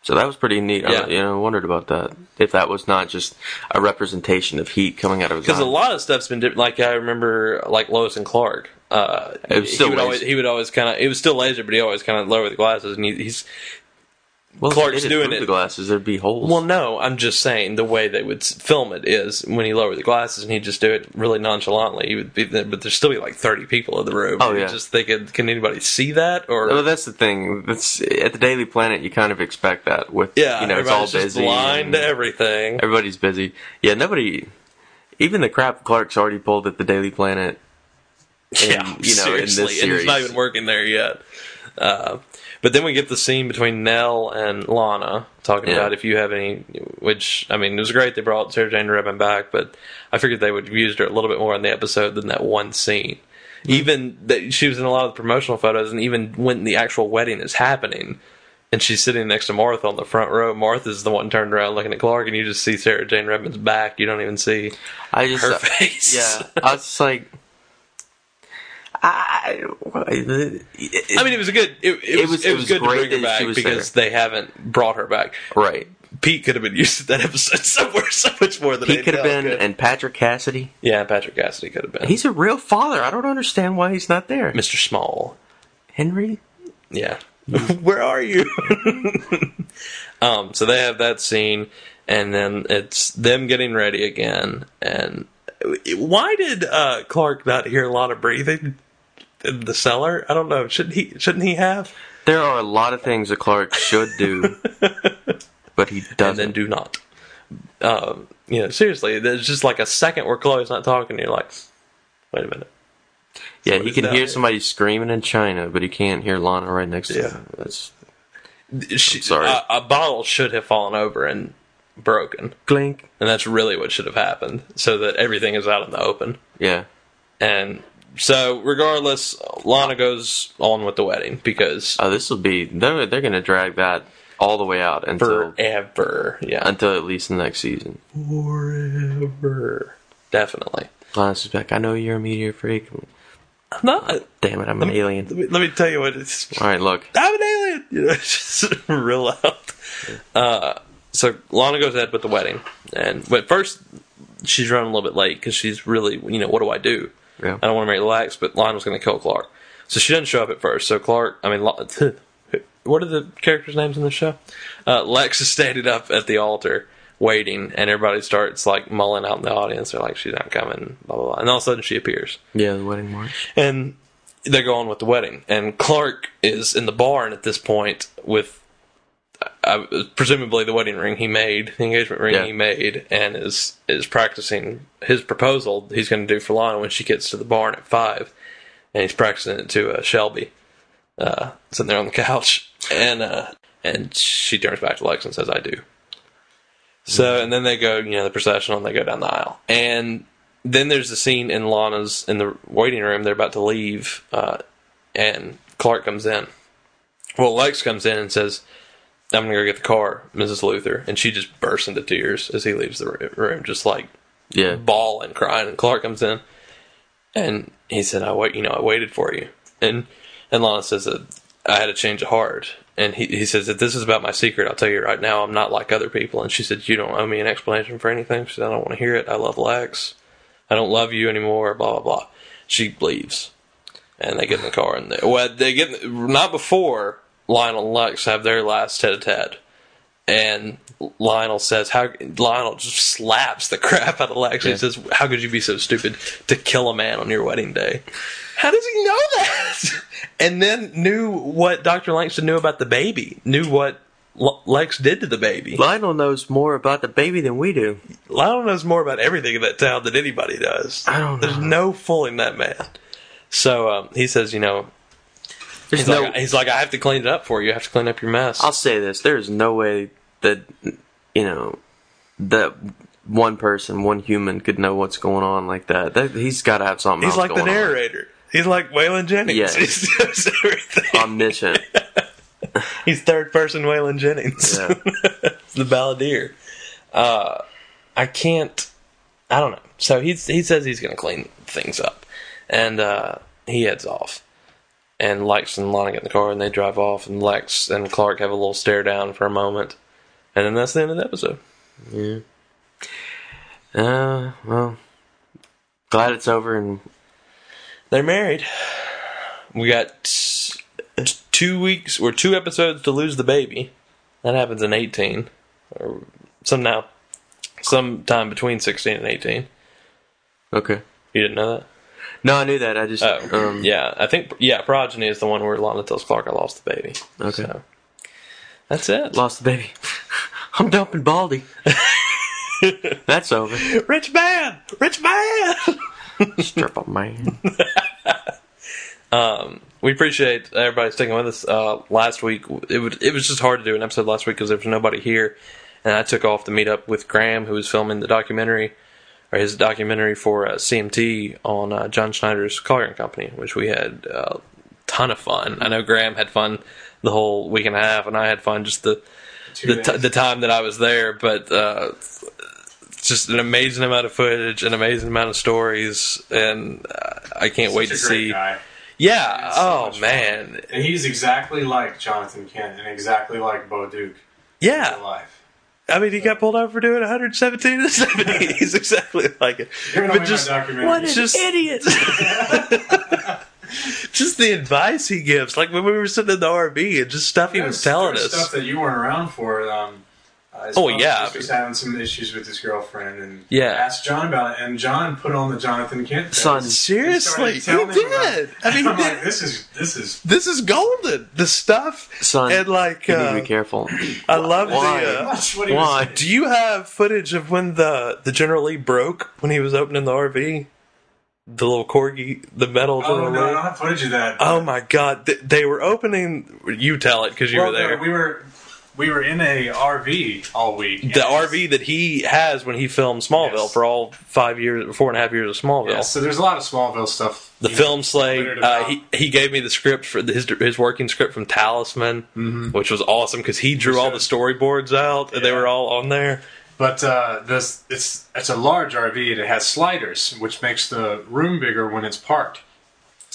Speaker 2: So that was pretty neat.
Speaker 1: Yeah.
Speaker 2: I, you know, wondered about that. If that was not just a representation of heat coming out of his
Speaker 1: because
Speaker 2: eyes.
Speaker 1: a lot of stuff's been different. Like I remember, like Lois and Clark. Uh,
Speaker 2: It was still
Speaker 1: he would always
Speaker 2: laser.
Speaker 1: he would always kind of it was still laser, but he always kind of lower the glasses, and he, he's
Speaker 2: well, if
Speaker 1: Clark's
Speaker 2: they did
Speaker 1: doing
Speaker 2: through
Speaker 1: it.
Speaker 2: The glasses, there'd be holes.
Speaker 1: Well, no, I'm just saying the way they would s- film it is when he lowered the glasses and he'd just do it really nonchalantly. He would be, but there'd still be like 30 people in the room.
Speaker 2: Oh,
Speaker 1: You're
Speaker 2: yeah.
Speaker 1: Just thinking, can anybody see that? Or
Speaker 2: Well, that's the thing. That's at the Daily Planet. You kind of expect that with
Speaker 1: yeah,
Speaker 2: you know, it's all
Speaker 1: everybody's
Speaker 2: busy.
Speaker 1: just blind
Speaker 2: and
Speaker 1: to everything.
Speaker 2: everybody's busy. Yeah, nobody. Even the crap Clark's already pulled at the Daily Planet. in-
Speaker 1: yeah,
Speaker 2: you know, in this
Speaker 1: seriously, and he's not
Speaker 2: series.
Speaker 1: even working there yet. Uh, but then we get the scene between Nell and Lana talking
Speaker 2: Yeah.
Speaker 1: about if you have any, which I mean, it was great they brought Sarah Jane Redmond back, but I figured they would have used her a little bit more in the episode than that one scene.
Speaker 2: Mm-hmm.
Speaker 1: Even that she was in a lot of the promotional photos, and even when the actual wedding is happening, and she's sitting next to Martha on the front row. Martha's the one turned around looking at Clark, and you just see Sarah Jane Redmond's back. You don't even see
Speaker 2: I just
Speaker 1: her (laughs)
Speaker 2: uh,
Speaker 1: face.
Speaker 2: Yeah, (laughs) I was just like, I. I-
Speaker 1: I mean, it was a good. It, it, was, it was good
Speaker 2: great
Speaker 1: to bring her
Speaker 2: that she
Speaker 1: back
Speaker 2: was
Speaker 1: because they haven't brought her back.
Speaker 2: right.
Speaker 1: Pete could have been (laughs) used in that episode somewhere so much more than
Speaker 2: He could have
Speaker 1: Adele
Speaker 2: been, and Patrick Cassidy.
Speaker 1: yeah, Patrick Cassidy could have been.
Speaker 2: He's a real father. I don't understand why he's not there.
Speaker 1: Mr. Small.
Speaker 2: Henry.
Speaker 1: Yeah, (laughs) where are you? (laughs) um, so they have that scene, and then it's them getting ready again. And why did uh, Clark not hear a lot of breathing? In the cellar? I don't know. Shouldn't he? Shouldn't he have?
Speaker 2: There are a lot of things that Clark should do, (laughs) but he
Speaker 1: and
Speaker 2: doesn't.
Speaker 1: then do not. Um, you know, seriously, there's just like a second where Chloe's not talking, and you're like, wait a minute.
Speaker 2: yeah,
Speaker 1: what
Speaker 2: he
Speaker 1: is
Speaker 2: can
Speaker 1: that?
Speaker 2: hear somebody screaming in China, but he can't hear Lana right next
Speaker 1: Yeah.
Speaker 2: to him. That's
Speaker 1: She,
Speaker 2: sorry.
Speaker 1: A, a bottle should have fallen over and broken,
Speaker 2: clink.
Speaker 1: and that's really what should have happened, so that everything is out in the open.
Speaker 2: Yeah.
Speaker 1: And so, regardless, Lana goes on with the wedding because
Speaker 2: Oh, this will be. They're, they're going to drag that all the way out until
Speaker 1: forever, yeah,
Speaker 2: until at least the next season.
Speaker 1: forever, definitely.
Speaker 2: Lana's just like, I know you're a meteor freak.
Speaker 1: I'm not.
Speaker 2: Damn it, I'm an alien.
Speaker 1: Let me, let me tell you what it's.
Speaker 2: All right, look.
Speaker 1: I'm an alien. (laughs) You know, it's just real loud. Uh, so Lana goes ahead with the wedding, and but first she's running a little bit late because she's really, you know, what do I do?
Speaker 2: Yeah.
Speaker 1: I don't want to marry Lex, but Lana's going to kill Clark, so she doesn't show up at first. So Clark, I mean, Lo- (laughs) what are the characters' names in this show? Uh, Lex is standing up at the altar. Waiting, and everybody starts like mulling out in the audience. They're like, "She's not coming," blah blah blah. And all of a sudden, she appears
Speaker 2: Yeah, the wedding march.
Speaker 1: and they go on with the wedding. And Clark is in the barn at this point with uh, presumably the wedding ring he made, the engagement ring
Speaker 2: Yeah.
Speaker 1: he made, and is is practicing his proposal he's going to do for Lana when she gets to the barn at five, and he's practicing it to uh, Shelby uh, sitting there on the couch, and uh, and she turns back to Lex and says, "I do." So and then they go, you know, the processional, and they go down the aisle, and then there's the scene in Lana's in the waiting room. They're about to leave, uh, and Clark comes in. Well, Lex comes in and says, "I'm gonna go get the car, Mrs. Luther," and she just bursts into tears as he leaves the r- room, just like
Speaker 2: Yeah.
Speaker 1: bawling, crying. And Clark comes in, and he said, "I wait, you know, I waited for you." And and Lana says that I had a change of heart. And he, he says that this is about my secret. I'll tell you right now, I'm not like other people. And she said, "You don't owe me an explanation for anything." She said, "I don't want to hear it. I love Lex. I don't love you anymore." Blah blah blah. She leaves, and they get in the car. And they, well, they get in- not before Lionel and Lex have their last tete-a-tete and Lionel says, "How?" Lionel just slaps the (laughs) crap out of Lex. He
Speaker 2: Yeah.
Speaker 1: says, "How could you be so stupid to kill a man on your wedding day?" How does he know that? (laughs) and then knew what Doctor Langston knew about the baby. Knew what L- Lex did to the baby.
Speaker 2: Lionel knows more about the baby than we do.
Speaker 1: Lionel knows more about everything in that town than anybody does.
Speaker 2: I don't know.
Speaker 1: There's no fooling that man. So um, he says, "You know." He's,
Speaker 2: There's no.
Speaker 1: like, he's like, I have to clean it up for you. I have to clean up your mess.
Speaker 2: I'll say this: there is no way that you know that one person, one human, could know what's going on like that. that he's got to have something.
Speaker 1: He's
Speaker 2: else
Speaker 1: like the
Speaker 2: going on.
Speaker 1: narrator. He's like Waylon Jennings.
Speaker 2: Yeah.
Speaker 1: He's (laughs) knows everything.
Speaker 2: (laughs)
Speaker 1: (laughs)
Speaker 2: omniscient.
Speaker 1: He's third person Waylon Jennings.
Speaker 2: Yeah.
Speaker 1: (laughs) the balladeer. Uh, I can't. I don't know. So he's he says he's going to clean things up, and uh, he heads off. And Lex and Lana get in the car, and they drive off. And Lex and Clark have a little stare down for a moment, and then that's the end of the episode.
Speaker 2: Uh, well, glad it's over and
Speaker 1: They're married. We got t- t- two weeks or two episodes to lose the baby. That happens in 18 or some now, sometime between 16 and 18.
Speaker 2: okay.
Speaker 1: You didn't know that?
Speaker 2: No, I knew that. I just
Speaker 1: Oh,
Speaker 2: um,
Speaker 1: yeah. I think yeah, Progeny is the one where Lana tells Clark I lost the baby.
Speaker 2: Okay.
Speaker 1: So, that's it.
Speaker 2: lost the baby. (laughs) I'm
Speaker 1: (laughs)
Speaker 2: dumping Baldy. That's over.
Speaker 1: Rich man, rich man.
Speaker 2: Strip up man.
Speaker 1: we appreciate everybody sticking with us. Uh, last week, it would, it was just hard to do an episode last week because there was nobody here, and I took off to meet up with Graham, who was filming the documentary or his documentary for uh, CMT on uh, John Schneider's Collier and Company, which we had a ton of fun. I know Graham had fun the whole week and a half, and I had fun just the
Speaker 3: Two
Speaker 1: the, t-
Speaker 3: days.
Speaker 1: the time that I was there, but uh, just an amazing amount of footage, an amazing amount of stories, and uh, I can't wait to
Speaker 3: Such a great
Speaker 1: see.
Speaker 3: guy.
Speaker 1: Yeah.
Speaker 3: so
Speaker 1: oh
Speaker 3: much fun.
Speaker 1: man.
Speaker 3: And he's exactly like Jonathan Kent and exactly like Bo Duke in
Speaker 1: Yeah.
Speaker 3: life.
Speaker 1: I mean, he got pulled out for doing 117 in the 70s. (laughs) exactly like it.
Speaker 3: You're gonna
Speaker 1: But
Speaker 3: win
Speaker 1: just
Speaker 3: my documentary. What an
Speaker 1: idiot. (laughs) just the advice he gives, like when we were sitting in the RV and just stuff he was
Speaker 3: There's-
Speaker 1: telling
Speaker 3: there's
Speaker 1: us.
Speaker 3: stuff that you weren't around for. Um, uh, his
Speaker 1: Oh,
Speaker 3: father
Speaker 1: yeah.
Speaker 3: was just having some issues with his girlfriend, and
Speaker 1: Yeah.
Speaker 3: asked John about it, and John put on the Jonathan Kent face
Speaker 2: Son.
Speaker 3: and
Speaker 1: Seriously,
Speaker 3: started
Speaker 1: he
Speaker 3: telling him about
Speaker 1: did.
Speaker 3: it.
Speaker 1: I
Speaker 3: (laughs)
Speaker 1: mean, he
Speaker 3: I'm like,
Speaker 1: did.
Speaker 3: this is this is
Speaker 1: This is golden. The stuff
Speaker 2: Son,
Speaker 1: and like
Speaker 2: you need to
Speaker 1: uh,
Speaker 2: be
Speaker 1: (clears throat)
Speaker 2: careful.
Speaker 1: I love
Speaker 2: Why?
Speaker 1: the.
Speaker 3: (laughs)
Speaker 1: Uh,
Speaker 3: much what he
Speaker 2: Why?
Speaker 3: was.
Speaker 1: do you have footage of when the the General Lee broke when he was opening the RV? The little corgi, the metal
Speaker 3: Oh
Speaker 1: General
Speaker 3: no, I
Speaker 1: Lee.
Speaker 3: don't have footage of that.
Speaker 1: Oh my god, Th- they were opening. You tell it because you
Speaker 3: well,
Speaker 1: were
Speaker 3: no,
Speaker 1: there.
Speaker 3: we were we were in a RV all week.
Speaker 1: the RV that he has when he filmed Smallville
Speaker 3: Yes.
Speaker 1: for all five years, four and a half years of Smallville.
Speaker 3: Yeah, so there's a lot of Smallville stuff.
Speaker 1: The
Speaker 3: you know,
Speaker 1: film slate.
Speaker 3: littered
Speaker 1: Uh,
Speaker 3: about.
Speaker 1: he he gave me the script for his his working script from Talisman, which was awesome because he drew all the storyboards out and they
Speaker 3: Mm-hmm. Yeah.
Speaker 1: were all on there.
Speaker 3: But uh, this it's it's a large RV and it has sliders, which makes the room bigger when it's parked.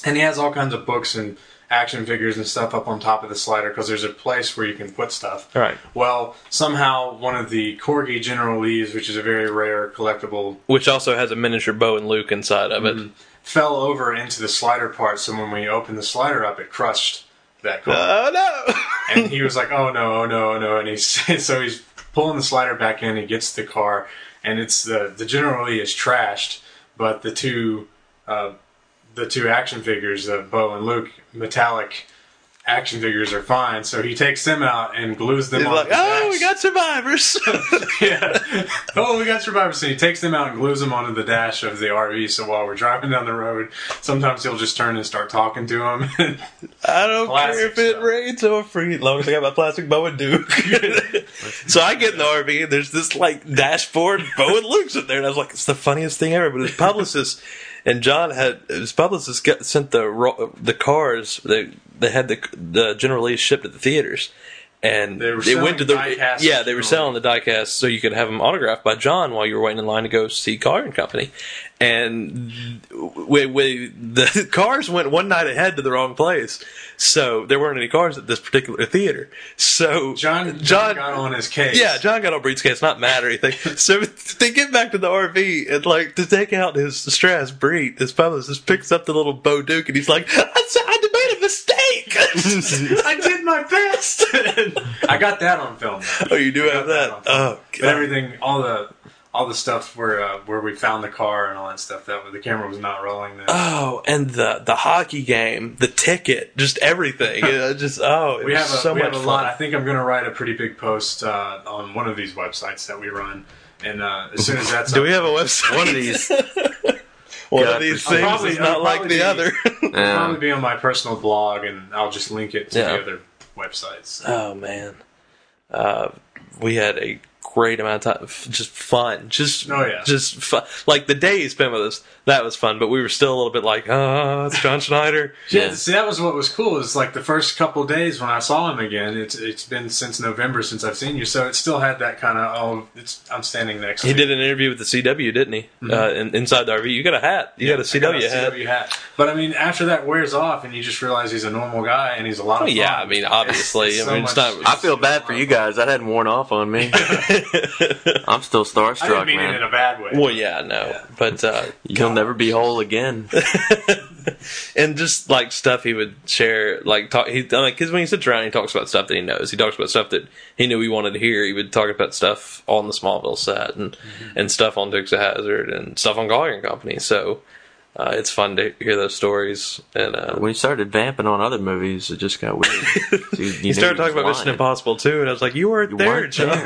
Speaker 3: And he has all kinds of books and action figures and stuff up on top of the slider because there's a place where you can put stuff.
Speaker 1: Right.
Speaker 3: Well, somehow one of the Corgi General Lees, which is a very rare collectible,
Speaker 1: Which also has a miniature Bo and Luke inside of it.
Speaker 3: Mm-hmm. fell over into the slider part. So when we opened the slider up, it crushed that Corgi.
Speaker 1: Oh no!
Speaker 3: and he was like, "Oh no, oh no, oh no!" And he's (laughs) so he's pulling the slider back in. He gets the car, and it's uh, the the General Lee is trashed, but the two uh, the two action figures, uh, Bo and Luke, metallic action figures are fine. So he takes them out and glues them
Speaker 1: He's
Speaker 3: on
Speaker 1: like,
Speaker 3: his
Speaker 1: oh,
Speaker 3: dash.
Speaker 1: we got survivors.
Speaker 3: yeah. (laughs) Oh, we got survivors. So he takes them out and glues them onto the dash of the RV. So while we're driving down the road, sometimes he'll just turn and start talking to him.
Speaker 1: (laughs)
Speaker 3: (laughs)
Speaker 1: I don't care
Speaker 3: Classic
Speaker 1: if it
Speaker 3: stuff.
Speaker 1: rains or free, as long as I got my plastic bow and
Speaker 3: (laughs)
Speaker 1: Duke. so I get in the RV and there's this like dashboard bow and Luke's in there, and I was like, it's the funniest thing ever. But his publicist and John had his publicist got, sent the raw- the cars they they had the the general release shipped at the theaters. And
Speaker 3: They were
Speaker 1: it went to the
Speaker 3: selling die-casts
Speaker 1: yeah they were
Speaker 3: generally.
Speaker 1: selling the diecast so you could have them autographed by John while you were waiting in line to go see Car and Company, and we, we the (laughs) cars went one night ahead to the wrong place, so there weren't any cars at this particular theater. So
Speaker 3: John, John, got on his case.
Speaker 1: yeah, John got on Breed's case, not mad or
Speaker 3: (laughs)
Speaker 1: anything. so they get back to the RV and like to take out his Strass Breed, his publicist picks up the little Bo Duke and he's like, I, said I made a mistake. (laughs)
Speaker 3: I did my best. I got that on film.
Speaker 1: oh, you do have that.
Speaker 3: that
Speaker 1: Oh,
Speaker 3: But
Speaker 1: God.
Speaker 3: everything, all the, all the stuff where uh, where we found the car and all that stuff. That the camera was not rolling. Then.
Speaker 1: Oh, and the the hockey game, the ticket, just
Speaker 3: (laughs)
Speaker 1: everything. It just oh, it
Speaker 3: we
Speaker 1: was
Speaker 3: have a,
Speaker 1: so
Speaker 3: we
Speaker 1: much
Speaker 3: have a
Speaker 1: fun.
Speaker 3: lot. I think I'm going to write a pretty big post uh, on one of these websites that we run. And uh, as soon as that's
Speaker 1: Do
Speaker 3: up,
Speaker 1: we have a website?
Speaker 2: One of these.
Speaker 1: (laughs) One
Speaker 2: God,
Speaker 1: of these
Speaker 2: for
Speaker 1: things
Speaker 3: sure.
Speaker 1: is
Speaker 3: Probably-
Speaker 1: not like
Speaker 3: probably
Speaker 1: the
Speaker 3: be-
Speaker 1: other. (laughs)
Speaker 3: it'll
Speaker 2: Yeah.
Speaker 3: probably be on my personal blog, and I'll just link it to
Speaker 1: Yeah.
Speaker 3: the other websites.
Speaker 1: oh man, uh, we had a great amount of time, f- just fun, just
Speaker 3: Oh, yeah.
Speaker 1: just fun. Like the day he spent with us, that was fun. But we were still a little bit like, ah, it's John (laughs) Schneider.
Speaker 3: Yeah,
Speaker 2: Yeah.
Speaker 3: see, that was what was cool. Is like the first couple days when I saw him again. It's it's been since November since I've seen you, so it still had that kind of oh, it's I'm standing next.
Speaker 1: He
Speaker 3: to you.
Speaker 1: did an interview with the CW, didn't he? Uh, in, inside the RV, you got a hat. You got a
Speaker 3: I got
Speaker 1: CW
Speaker 3: a
Speaker 1: hat.
Speaker 3: CW hat. But I mean, after that wears off, and you just realize he's a normal guy, and he's a lot of
Speaker 1: Oh, yeah,
Speaker 3: fun.
Speaker 1: I mean, obviously.
Speaker 3: It's- it's
Speaker 1: I mean,
Speaker 3: so
Speaker 1: it's
Speaker 3: much-
Speaker 1: not-
Speaker 2: I feel bad for you guys. That hadn't worn off on
Speaker 1: (laughs)
Speaker 2: me. I'm still
Speaker 3: I didn't
Speaker 2: starstruck,
Speaker 3: mean it in
Speaker 2: man.
Speaker 3: a bad way.
Speaker 1: Well, yeah, no, but uh,
Speaker 2: You'll never be
Speaker 1: (laughs)
Speaker 2: whole again.
Speaker 1: and just like stuff he would share, like talk. He like because when he sits around, he talks about stuff that he knows. He talks about stuff that he knew he wanted to hear. He would talk about stuff on the Smallville set and and stuff on Dukes of Hazard and stuff on Gallagher and Company. So uh, it's fun to hear those stories. And uh,
Speaker 2: When you started vamping on other movies, it just
Speaker 1: (laughs)
Speaker 2: got weird. You, you
Speaker 1: he
Speaker 2: knew
Speaker 1: started talking
Speaker 2: was
Speaker 1: about Mission
Speaker 2: lying.
Speaker 1: Impossible too, and I was like, "You weren't there,
Speaker 2: weren't
Speaker 1: John."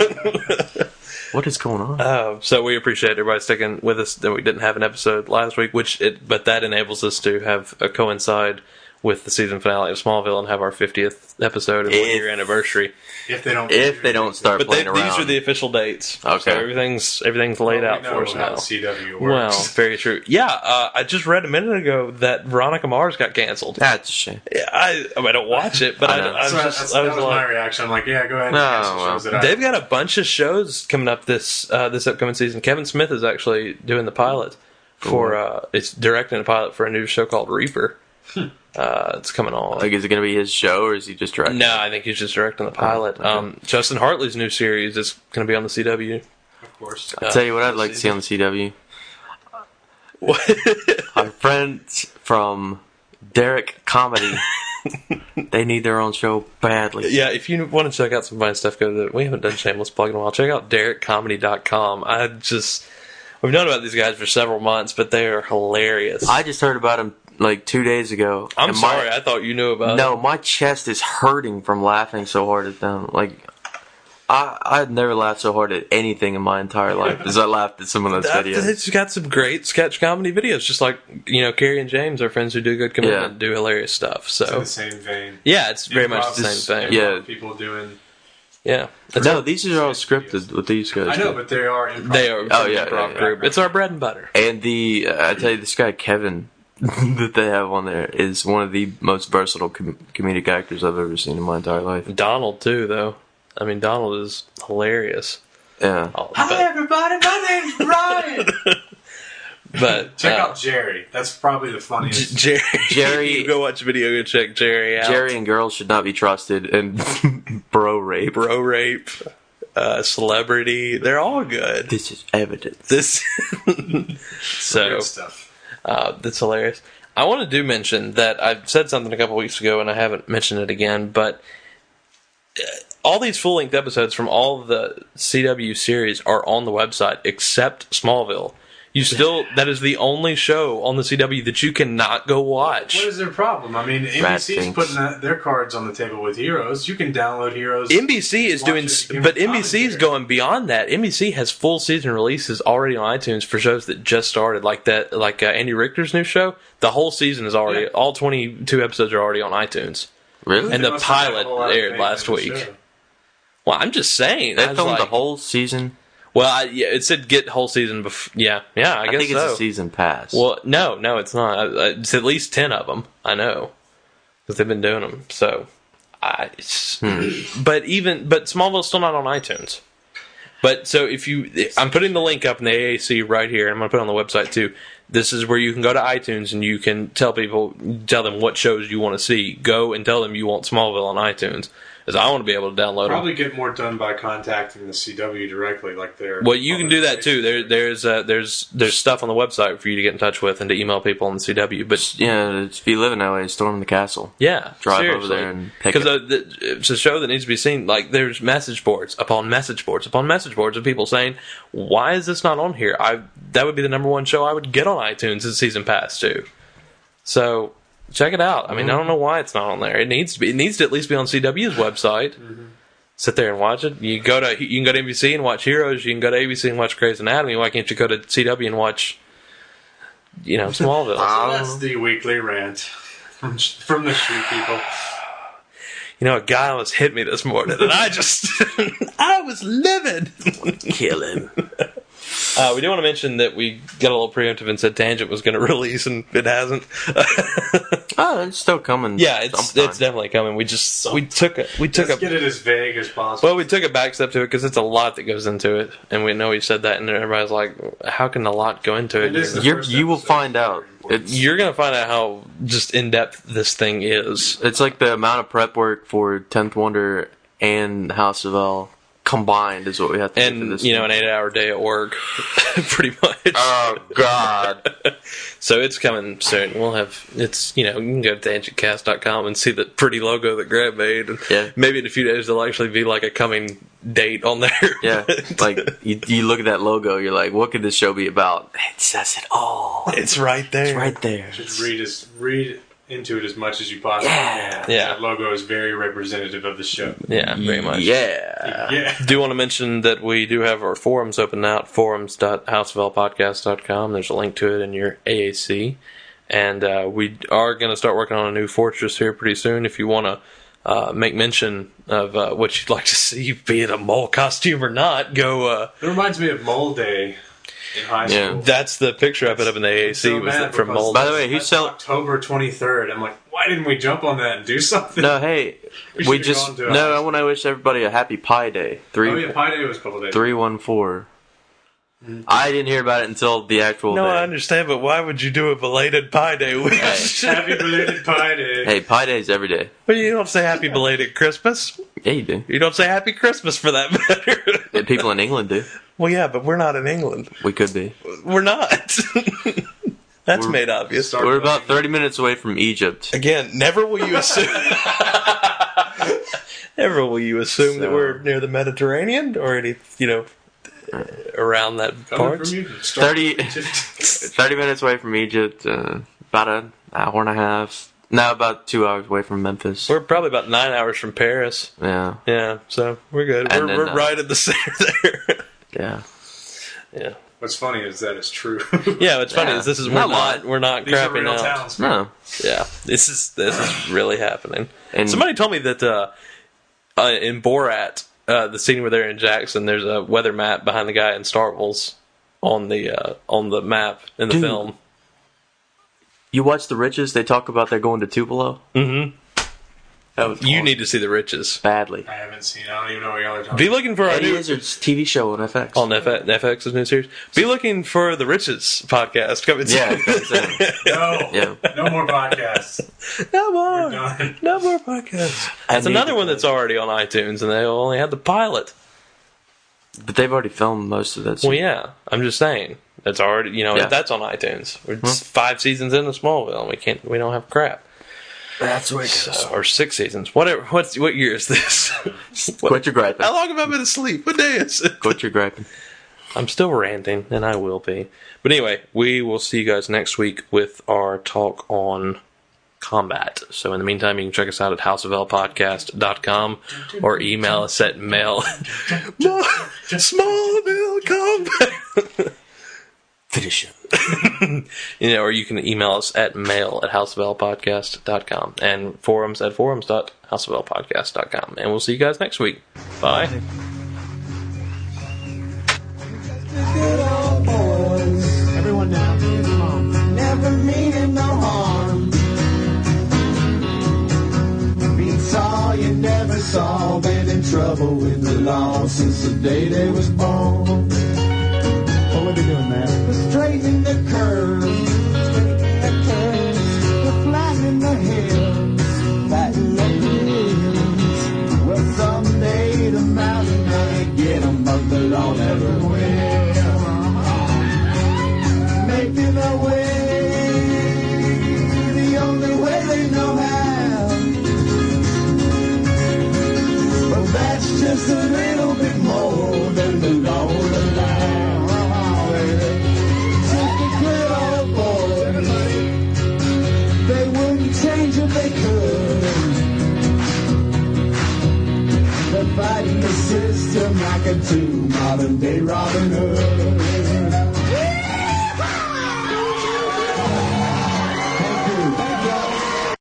Speaker 2: What is going on?
Speaker 1: Uh, so we appreciate everybody sticking with us. That we didn't have an episode last week, which it, but that enables us to have a coincide with the season finale of Smallville and have our 50th episode and
Speaker 2: If-
Speaker 1: one year anniversary.
Speaker 3: if they don't,
Speaker 2: if they don't start
Speaker 1: But they,
Speaker 2: playing
Speaker 1: these
Speaker 2: around,
Speaker 1: are the official dates.
Speaker 2: Okay.
Speaker 1: so everything's everything's
Speaker 3: Well,
Speaker 1: laid
Speaker 3: we
Speaker 1: out
Speaker 3: know
Speaker 1: for us
Speaker 3: how
Speaker 1: now.
Speaker 3: the CW
Speaker 1: Well,
Speaker 3: works.
Speaker 1: very true. Yeah, uh, I just read a minute ago that Veronica Mars got
Speaker 2: (laughs)
Speaker 1: canceled.
Speaker 2: that's a shame.
Speaker 1: Yeah, I, I, mean, I don't watch it, but I,
Speaker 2: I know.
Speaker 1: I was
Speaker 3: So that's-
Speaker 1: just
Speaker 3: that
Speaker 1: I
Speaker 3: was
Speaker 1: was
Speaker 3: my
Speaker 1: like,
Speaker 3: reaction. I'm like, yeah, go ahead. And
Speaker 2: No,
Speaker 3: cancel
Speaker 2: well.
Speaker 3: shows that I-
Speaker 1: They've got a bunch of shows coming up this uh, this upcoming season. Kevin Smith is actually doing the pilot for uh, it's directing a pilot for a new show called Reaper. Uh, it's coming on.
Speaker 2: Like, is it going to be his show or is he just directing?
Speaker 1: no, I think he's just directing the pilot. Um, Justin Hartley's new series is going to be on the CW.
Speaker 3: of course.
Speaker 1: Oh.
Speaker 2: I'll tell you what I'd like to see on the CW. Our friends from Derek Comedy.
Speaker 1: (laughs)
Speaker 2: they need their own show badly.
Speaker 1: (laughs) yeah, if you want to check out some fine stuff, go to the, we haven't done shameless plug in a while. Check out DerekComedy.com. I just we've known about these guys for several months, but they are hilarious. I,
Speaker 2: I just heard about him like two days ago.
Speaker 1: am
Speaker 2: and my-
Speaker 1: sorry, I thought you knew about. it.
Speaker 2: no, my chest is hurting from laughing so hard at them. Like, I I've never laughed so hard at anything in my entire life as I laughed at some of those
Speaker 1: Uh,
Speaker 2: videos.
Speaker 1: It's got some great sketch comedy videos, just like you know Carrie and James, our friends who do good comedy,
Speaker 2: Yeah.
Speaker 1: do hilarious stuff.
Speaker 3: In
Speaker 1: So
Speaker 3: the same vein.
Speaker 1: yeah, it's very
Speaker 3: Improv
Speaker 1: much the
Speaker 3: is-
Speaker 1: same thing.
Speaker 2: yeah.
Speaker 1: Yeah,
Speaker 3: People doing.
Speaker 1: It's
Speaker 2: No,
Speaker 1: our-
Speaker 2: these are all scripted with these guys.
Speaker 3: I know, but they are. Improv.
Speaker 1: they are.
Speaker 2: Oh, yeah,
Speaker 1: improv
Speaker 2: yeah, yeah.
Speaker 1: group. It's our bread and butter.
Speaker 2: And the uh, I tell you, this guy Kevin (laughs) that they have on there is one of the most versatile com- comedic actors I've ever seen in my entire life.
Speaker 1: Donald too, though. I mean, Donald is hilarious.
Speaker 2: Yeah,
Speaker 1: Oh,
Speaker 3: Hi
Speaker 1: but,
Speaker 3: everybody, my name's Brian.
Speaker 1: but
Speaker 3: Check
Speaker 1: uh,
Speaker 3: out Jerry. That's probably the
Speaker 1: J- (laughs)
Speaker 3: funniest.
Speaker 1: Jerry.
Speaker 2: Jerry-
Speaker 1: you go watch a video. Go check Jerry out.
Speaker 2: (laughs) Jerry and girls should not be trusted, and (laughs) bro rape.
Speaker 1: bro rape, uh, celebrity. They're all
Speaker 2: (laughs)
Speaker 1: good.
Speaker 2: This is evidence.
Speaker 1: This (laughs) so
Speaker 3: Good stuff.
Speaker 1: Uh, that's hilarious. I want to do mention that I said something a couple weeks ago and I haven't mentioned it again, but uh, all these full length episodes from all the CW series are on the website except Smallville. You
Speaker 3: (laughs)
Speaker 1: still that is the only show on the CW that you cannot go watch.
Speaker 3: What is their problem? I mean,
Speaker 2: Rat
Speaker 3: NBC's
Speaker 2: stinks.
Speaker 3: putting out their cards on the table with Heroes. You can download Heroes.
Speaker 1: NBC is
Speaker 3: Watch
Speaker 1: doing,
Speaker 3: it,
Speaker 1: s-
Speaker 3: give
Speaker 1: but
Speaker 3: it
Speaker 1: NBC is
Speaker 3: commentary.
Speaker 1: going beyond that. NBC has full season releases already on iTunes for shows that just started, like that, like uh, Andy Richter's new show. The whole season is already,
Speaker 3: Yeah.
Speaker 1: all twenty-two episodes are already on iTunes.
Speaker 2: Really?
Speaker 1: And
Speaker 3: They
Speaker 1: the
Speaker 3: must have had a
Speaker 1: pilot
Speaker 3: whole lot of
Speaker 1: aired
Speaker 3: faith
Speaker 1: last
Speaker 3: in the
Speaker 1: week.
Speaker 3: show.
Speaker 1: Well, I'm just saying. I
Speaker 2: they
Speaker 1: was
Speaker 2: filmed the
Speaker 1: like-
Speaker 2: whole season.
Speaker 1: Well, I, yeah, it said get whole season. Bef- yeah, yeah, I,
Speaker 2: I,
Speaker 1: guess
Speaker 2: think
Speaker 1: so.
Speaker 2: it's a season pass.
Speaker 1: Well, no, no, it's not. I- I- It's at least ten of them. I know because they've been doing them. So, I. it's- But even but Smallville's still not on iTunes. But so if you, I'm putting the link up in the AAC right here. I'm going to put it on the website too. This is where you can go to iTunes and you can tell people, tell them what shows you want to see. Go and tell them you want Smallville on iTunes, because I want to be able to download them.
Speaker 3: Probably get more done by contacting the CW directly, like their.
Speaker 1: Well, you can do that too. There, there's uh, there's there's stuff on the website for you to get in touch with and to email people in the CW. But
Speaker 2: yeah, if you live in LA, storm the castle.
Speaker 1: Yeah,
Speaker 2: Drive over there and pick
Speaker 1: because uh,
Speaker 2: it.
Speaker 1: it's a show that needs to be seen. Like there's message boards upon message boards upon message boards of people saying, "Why is this not on here?" I that would be the number one show I would get on iTunes as season pass too. So check it out. I mean, I don't know why it's not on there. It needs to be. It needs to at least be on CW's website.
Speaker 2: Mm-hmm.
Speaker 1: Sit there and watch it. You go to you can go to NBC and watch Heroes. You can go to ABC and watch Grey's Anatomy. Why can't you go to CW and watch, you know, Smallville?
Speaker 3: So that's the weekly rant (laughs) from from the shoe people.
Speaker 1: you know, a guy almost hit me this morning, and I just, I was livid.
Speaker 2: Kill him.
Speaker 1: Uh, we do want to mention that we got a little preemptive and said Tangent was going to (laughs) release, and it hasn't. (laughs)
Speaker 2: oh, it's still coming.
Speaker 1: yeah, it's
Speaker 2: sometime.
Speaker 1: it's definitely coming. We just we took a we took
Speaker 3: Let's
Speaker 1: a
Speaker 3: get it as vague as possible.
Speaker 1: well, we took a back step to it because it's a lot that goes into it, and we know we said that, and everybody's like, "How can a lot go into it?"
Speaker 3: It is the
Speaker 2: You're,
Speaker 3: first
Speaker 2: you will
Speaker 3: episode.
Speaker 2: find out. It's
Speaker 1: You're going to find out how just in depth this thing is.
Speaker 2: it's like the amount of prep work for Tenth Wonder and House of L combined is what we have to do for
Speaker 1: And
Speaker 2: this.
Speaker 1: you know, (laughs)
Speaker 2: thing.
Speaker 1: an eight-hour day at work, (laughs) pretty much.
Speaker 2: oh God.
Speaker 1: (laughs) So it's coming soon. We'll have it's you know you can go to tangentcast.com and see the pretty logo that Grab made. And
Speaker 2: Yeah.
Speaker 1: Maybe in a few days there'll actually be like a coming date on there. (laughs)
Speaker 2: Yeah,
Speaker 1: But
Speaker 2: like you, you look at that logo, you're like, what could this show be about? It says it all.
Speaker 1: it's right there.
Speaker 2: It's right there.
Speaker 3: Just read as read into it as much as you possibly
Speaker 2: Yeah.
Speaker 3: can.
Speaker 1: Yeah.
Speaker 3: That logo is very representative of the show.
Speaker 1: Yeah, very much.
Speaker 2: Yeah.
Speaker 3: yeah.
Speaker 1: Do want to mention that we do have our forums open now at forums.houseoflpodcast.com. There's a link to it in your AAC. And uh, we are going to start working on a new fortress here pretty soon. If you want to uh, make mention of uh, what you'd like to see, be it a mole costume or not, go uh,
Speaker 3: It reminds me of Mole Day in high
Speaker 2: Yeah.
Speaker 3: school.
Speaker 1: That's the picture I put up in the AAC
Speaker 3: so
Speaker 1: was
Speaker 3: mad
Speaker 1: that from
Speaker 3: because-
Speaker 1: Mold.
Speaker 2: By the way, who's
Speaker 3: That's
Speaker 2: selling?
Speaker 3: October 23rd. I'm like, why didn't we jump on that and do something?
Speaker 2: No, hey, we,
Speaker 3: We should've
Speaker 2: just
Speaker 3: gone to
Speaker 2: no.
Speaker 3: ours.
Speaker 2: I want to wish everybody a happy Pi Day. Three,
Speaker 3: Oh, yeah, Pi Day was a couple days.
Speaker 2: three, one, four. I didn't hear about it until the actual
Speaker 1: No, I
Speaker 2: day.
Speaker 1: understand, but why would you do a belated Pi Day? We- (laughs)
Speaker 3: Happy belated Pi Day.
Speaker 2: Hey, Pi Day's every day.
Speaker 1: Well, you don't say happy belated Christmas.
Speaker 2: Yeah, you do.
Speaker 1: You don't say happy Christmas for that matter. (laughs)
Speaker 2: Yeah, People in England do.
Speaker 1: well, yeah, but we're not in England.
Speaker 2: We could be.
Speaker 1: We're not. (laughs) That's
Speaker 2: We're-
Speaker 1: made obvious.
Speaker 3: Sorry.
Speaker 2: We're about 30 minutes away from Egypt.
Speaker 1: Again, never will you assume. never will you assume that
Speaker 2: So-
Speaker 1: we're near the Mediterranean or any, you know, around that
Speaker 3: Coming
Speaker 1: part.
Speaker 3: from you. Start
Speaker 2: 30, 30 minutes away from Egypt. Uh, about an hour and a half. No, about two hours away from Memphis.
Speaker 1: We're probably about nine hours from Paris.
Speaker 2: Yeah,
Speaker 1: Yeah, so we're good.
Speaker 2: And
Speaker 1: We're,
Speaker 2: then,
Speaker 1: we're
Speaker 2: uh,
Speaker 1: right at the (laughs) center there.
Speaker 2: yeah.
Speaker 1: yeah,
Speaker 3: (laughs) What's funny is that is true.
Speaker 1: yeah. What's funny
Speaker 2: (laughs) Yeah.
Speaker 1: is this is we're
Speaker 2: Not
Speaker 1: not,
Speaker 2: a lot.
Speaker 1: we're not
Speaker 3: These are
Speaker 1: crapping
Speaker 3: real
Speaker 1: out.
Speaker 3: towns.
Speaker 2: No.
Speaker 1: Yeah, this is this is really happening.
Speaker 2: And-
Speaker 1: Somebody told me that uh, uh, in Borat, uh, the scene where they're in Jackson, there's a weather map behind the guy in Star Wars on the uh, on the map in the
Speaker 2: Dude.
Speaker 1: film.
Speaker 2: You watch The Riches? They talk about they're going to Tupelo? Mm hmm. That was
Speaker 1: Mm-hmm. You
Speaker 2: awesome.
Speaker 1: need to see the riches.
Speaker 2: Badly.
Speaker 3: I haven't seen. I don't even know what y'all are talking
Speaker 1: Be looking for our
Speaker 2: Eddie
Speaker 1: new
Speaker 2: Izzard's TV show on FX.
Speaker 1: on FX, FX's new series. Be looking for the riches podcast coming soon.
Speaker 2: Yeah. that's it. (laughs)
Speaker 3: about. No.
Speaker 2: Yeah.
Speaker 3: No more
Speaker 1: (laughs)
Speaker 3: podcasts.
Speaker 1: no more.
Speaker 3: Done.
Speaker 1: No more podcasts.
Speaker 2: I
Speaker 1: That's
Speaker 2: need
Speaker 1: another
Speaker 2: to-
Speaker 1: one that's already on iTunes, and they only had the pilot.
Speaker 2: But they've already filmed most of that.
Speaker 1: Well, yeah, I'm just saying that's already you know
Speaker 2: Yeah.
Speaker 1: that's on iTunes. We're just five seasons into Smallville, and we can't we don't have crap
Speaker 2: That's where it
Speaker 1: So- or six seasons. Whatever. What's what year is this?
Speaker 2: Quit your griping.
Speaker 1: How long have I been asleep? What day is it?
Speaker 2: Quit your griping.
Speaker 1: I'm still ranting, and I will be. But anyway, we will see you guys next week with our talk on combat. So in the meantime, you can check us out at houseoflpodcast.com or email us at mail. Mo- (laughs) Smallville combat.
Speaker 2: Finish him.
Speaker 1: you know, or you can email us at mail at houseoflpodcast.com and forums at forums.houseoflpodcast.com. And we'll see you guys next week. Bye.
Speaker 4: good old boys,
Speaker 5: Everyone now, calm.
Speaker 4: never meaning no harm. Beats all you never saw, been in trouble with the law since the day they was born.
Speaker 5: What were they doing there?
Speaker 4: Straightening the curves, the curves, the flattening the hills, flattening the hills. Well, someday the mountain may get 'em, but the law never will. making a way. The only way they know how. But that's just a little bit more than the law allows. Just a good old boy. They wouldn't change if they could. They're fighting the system like a two modern day Robin Hood.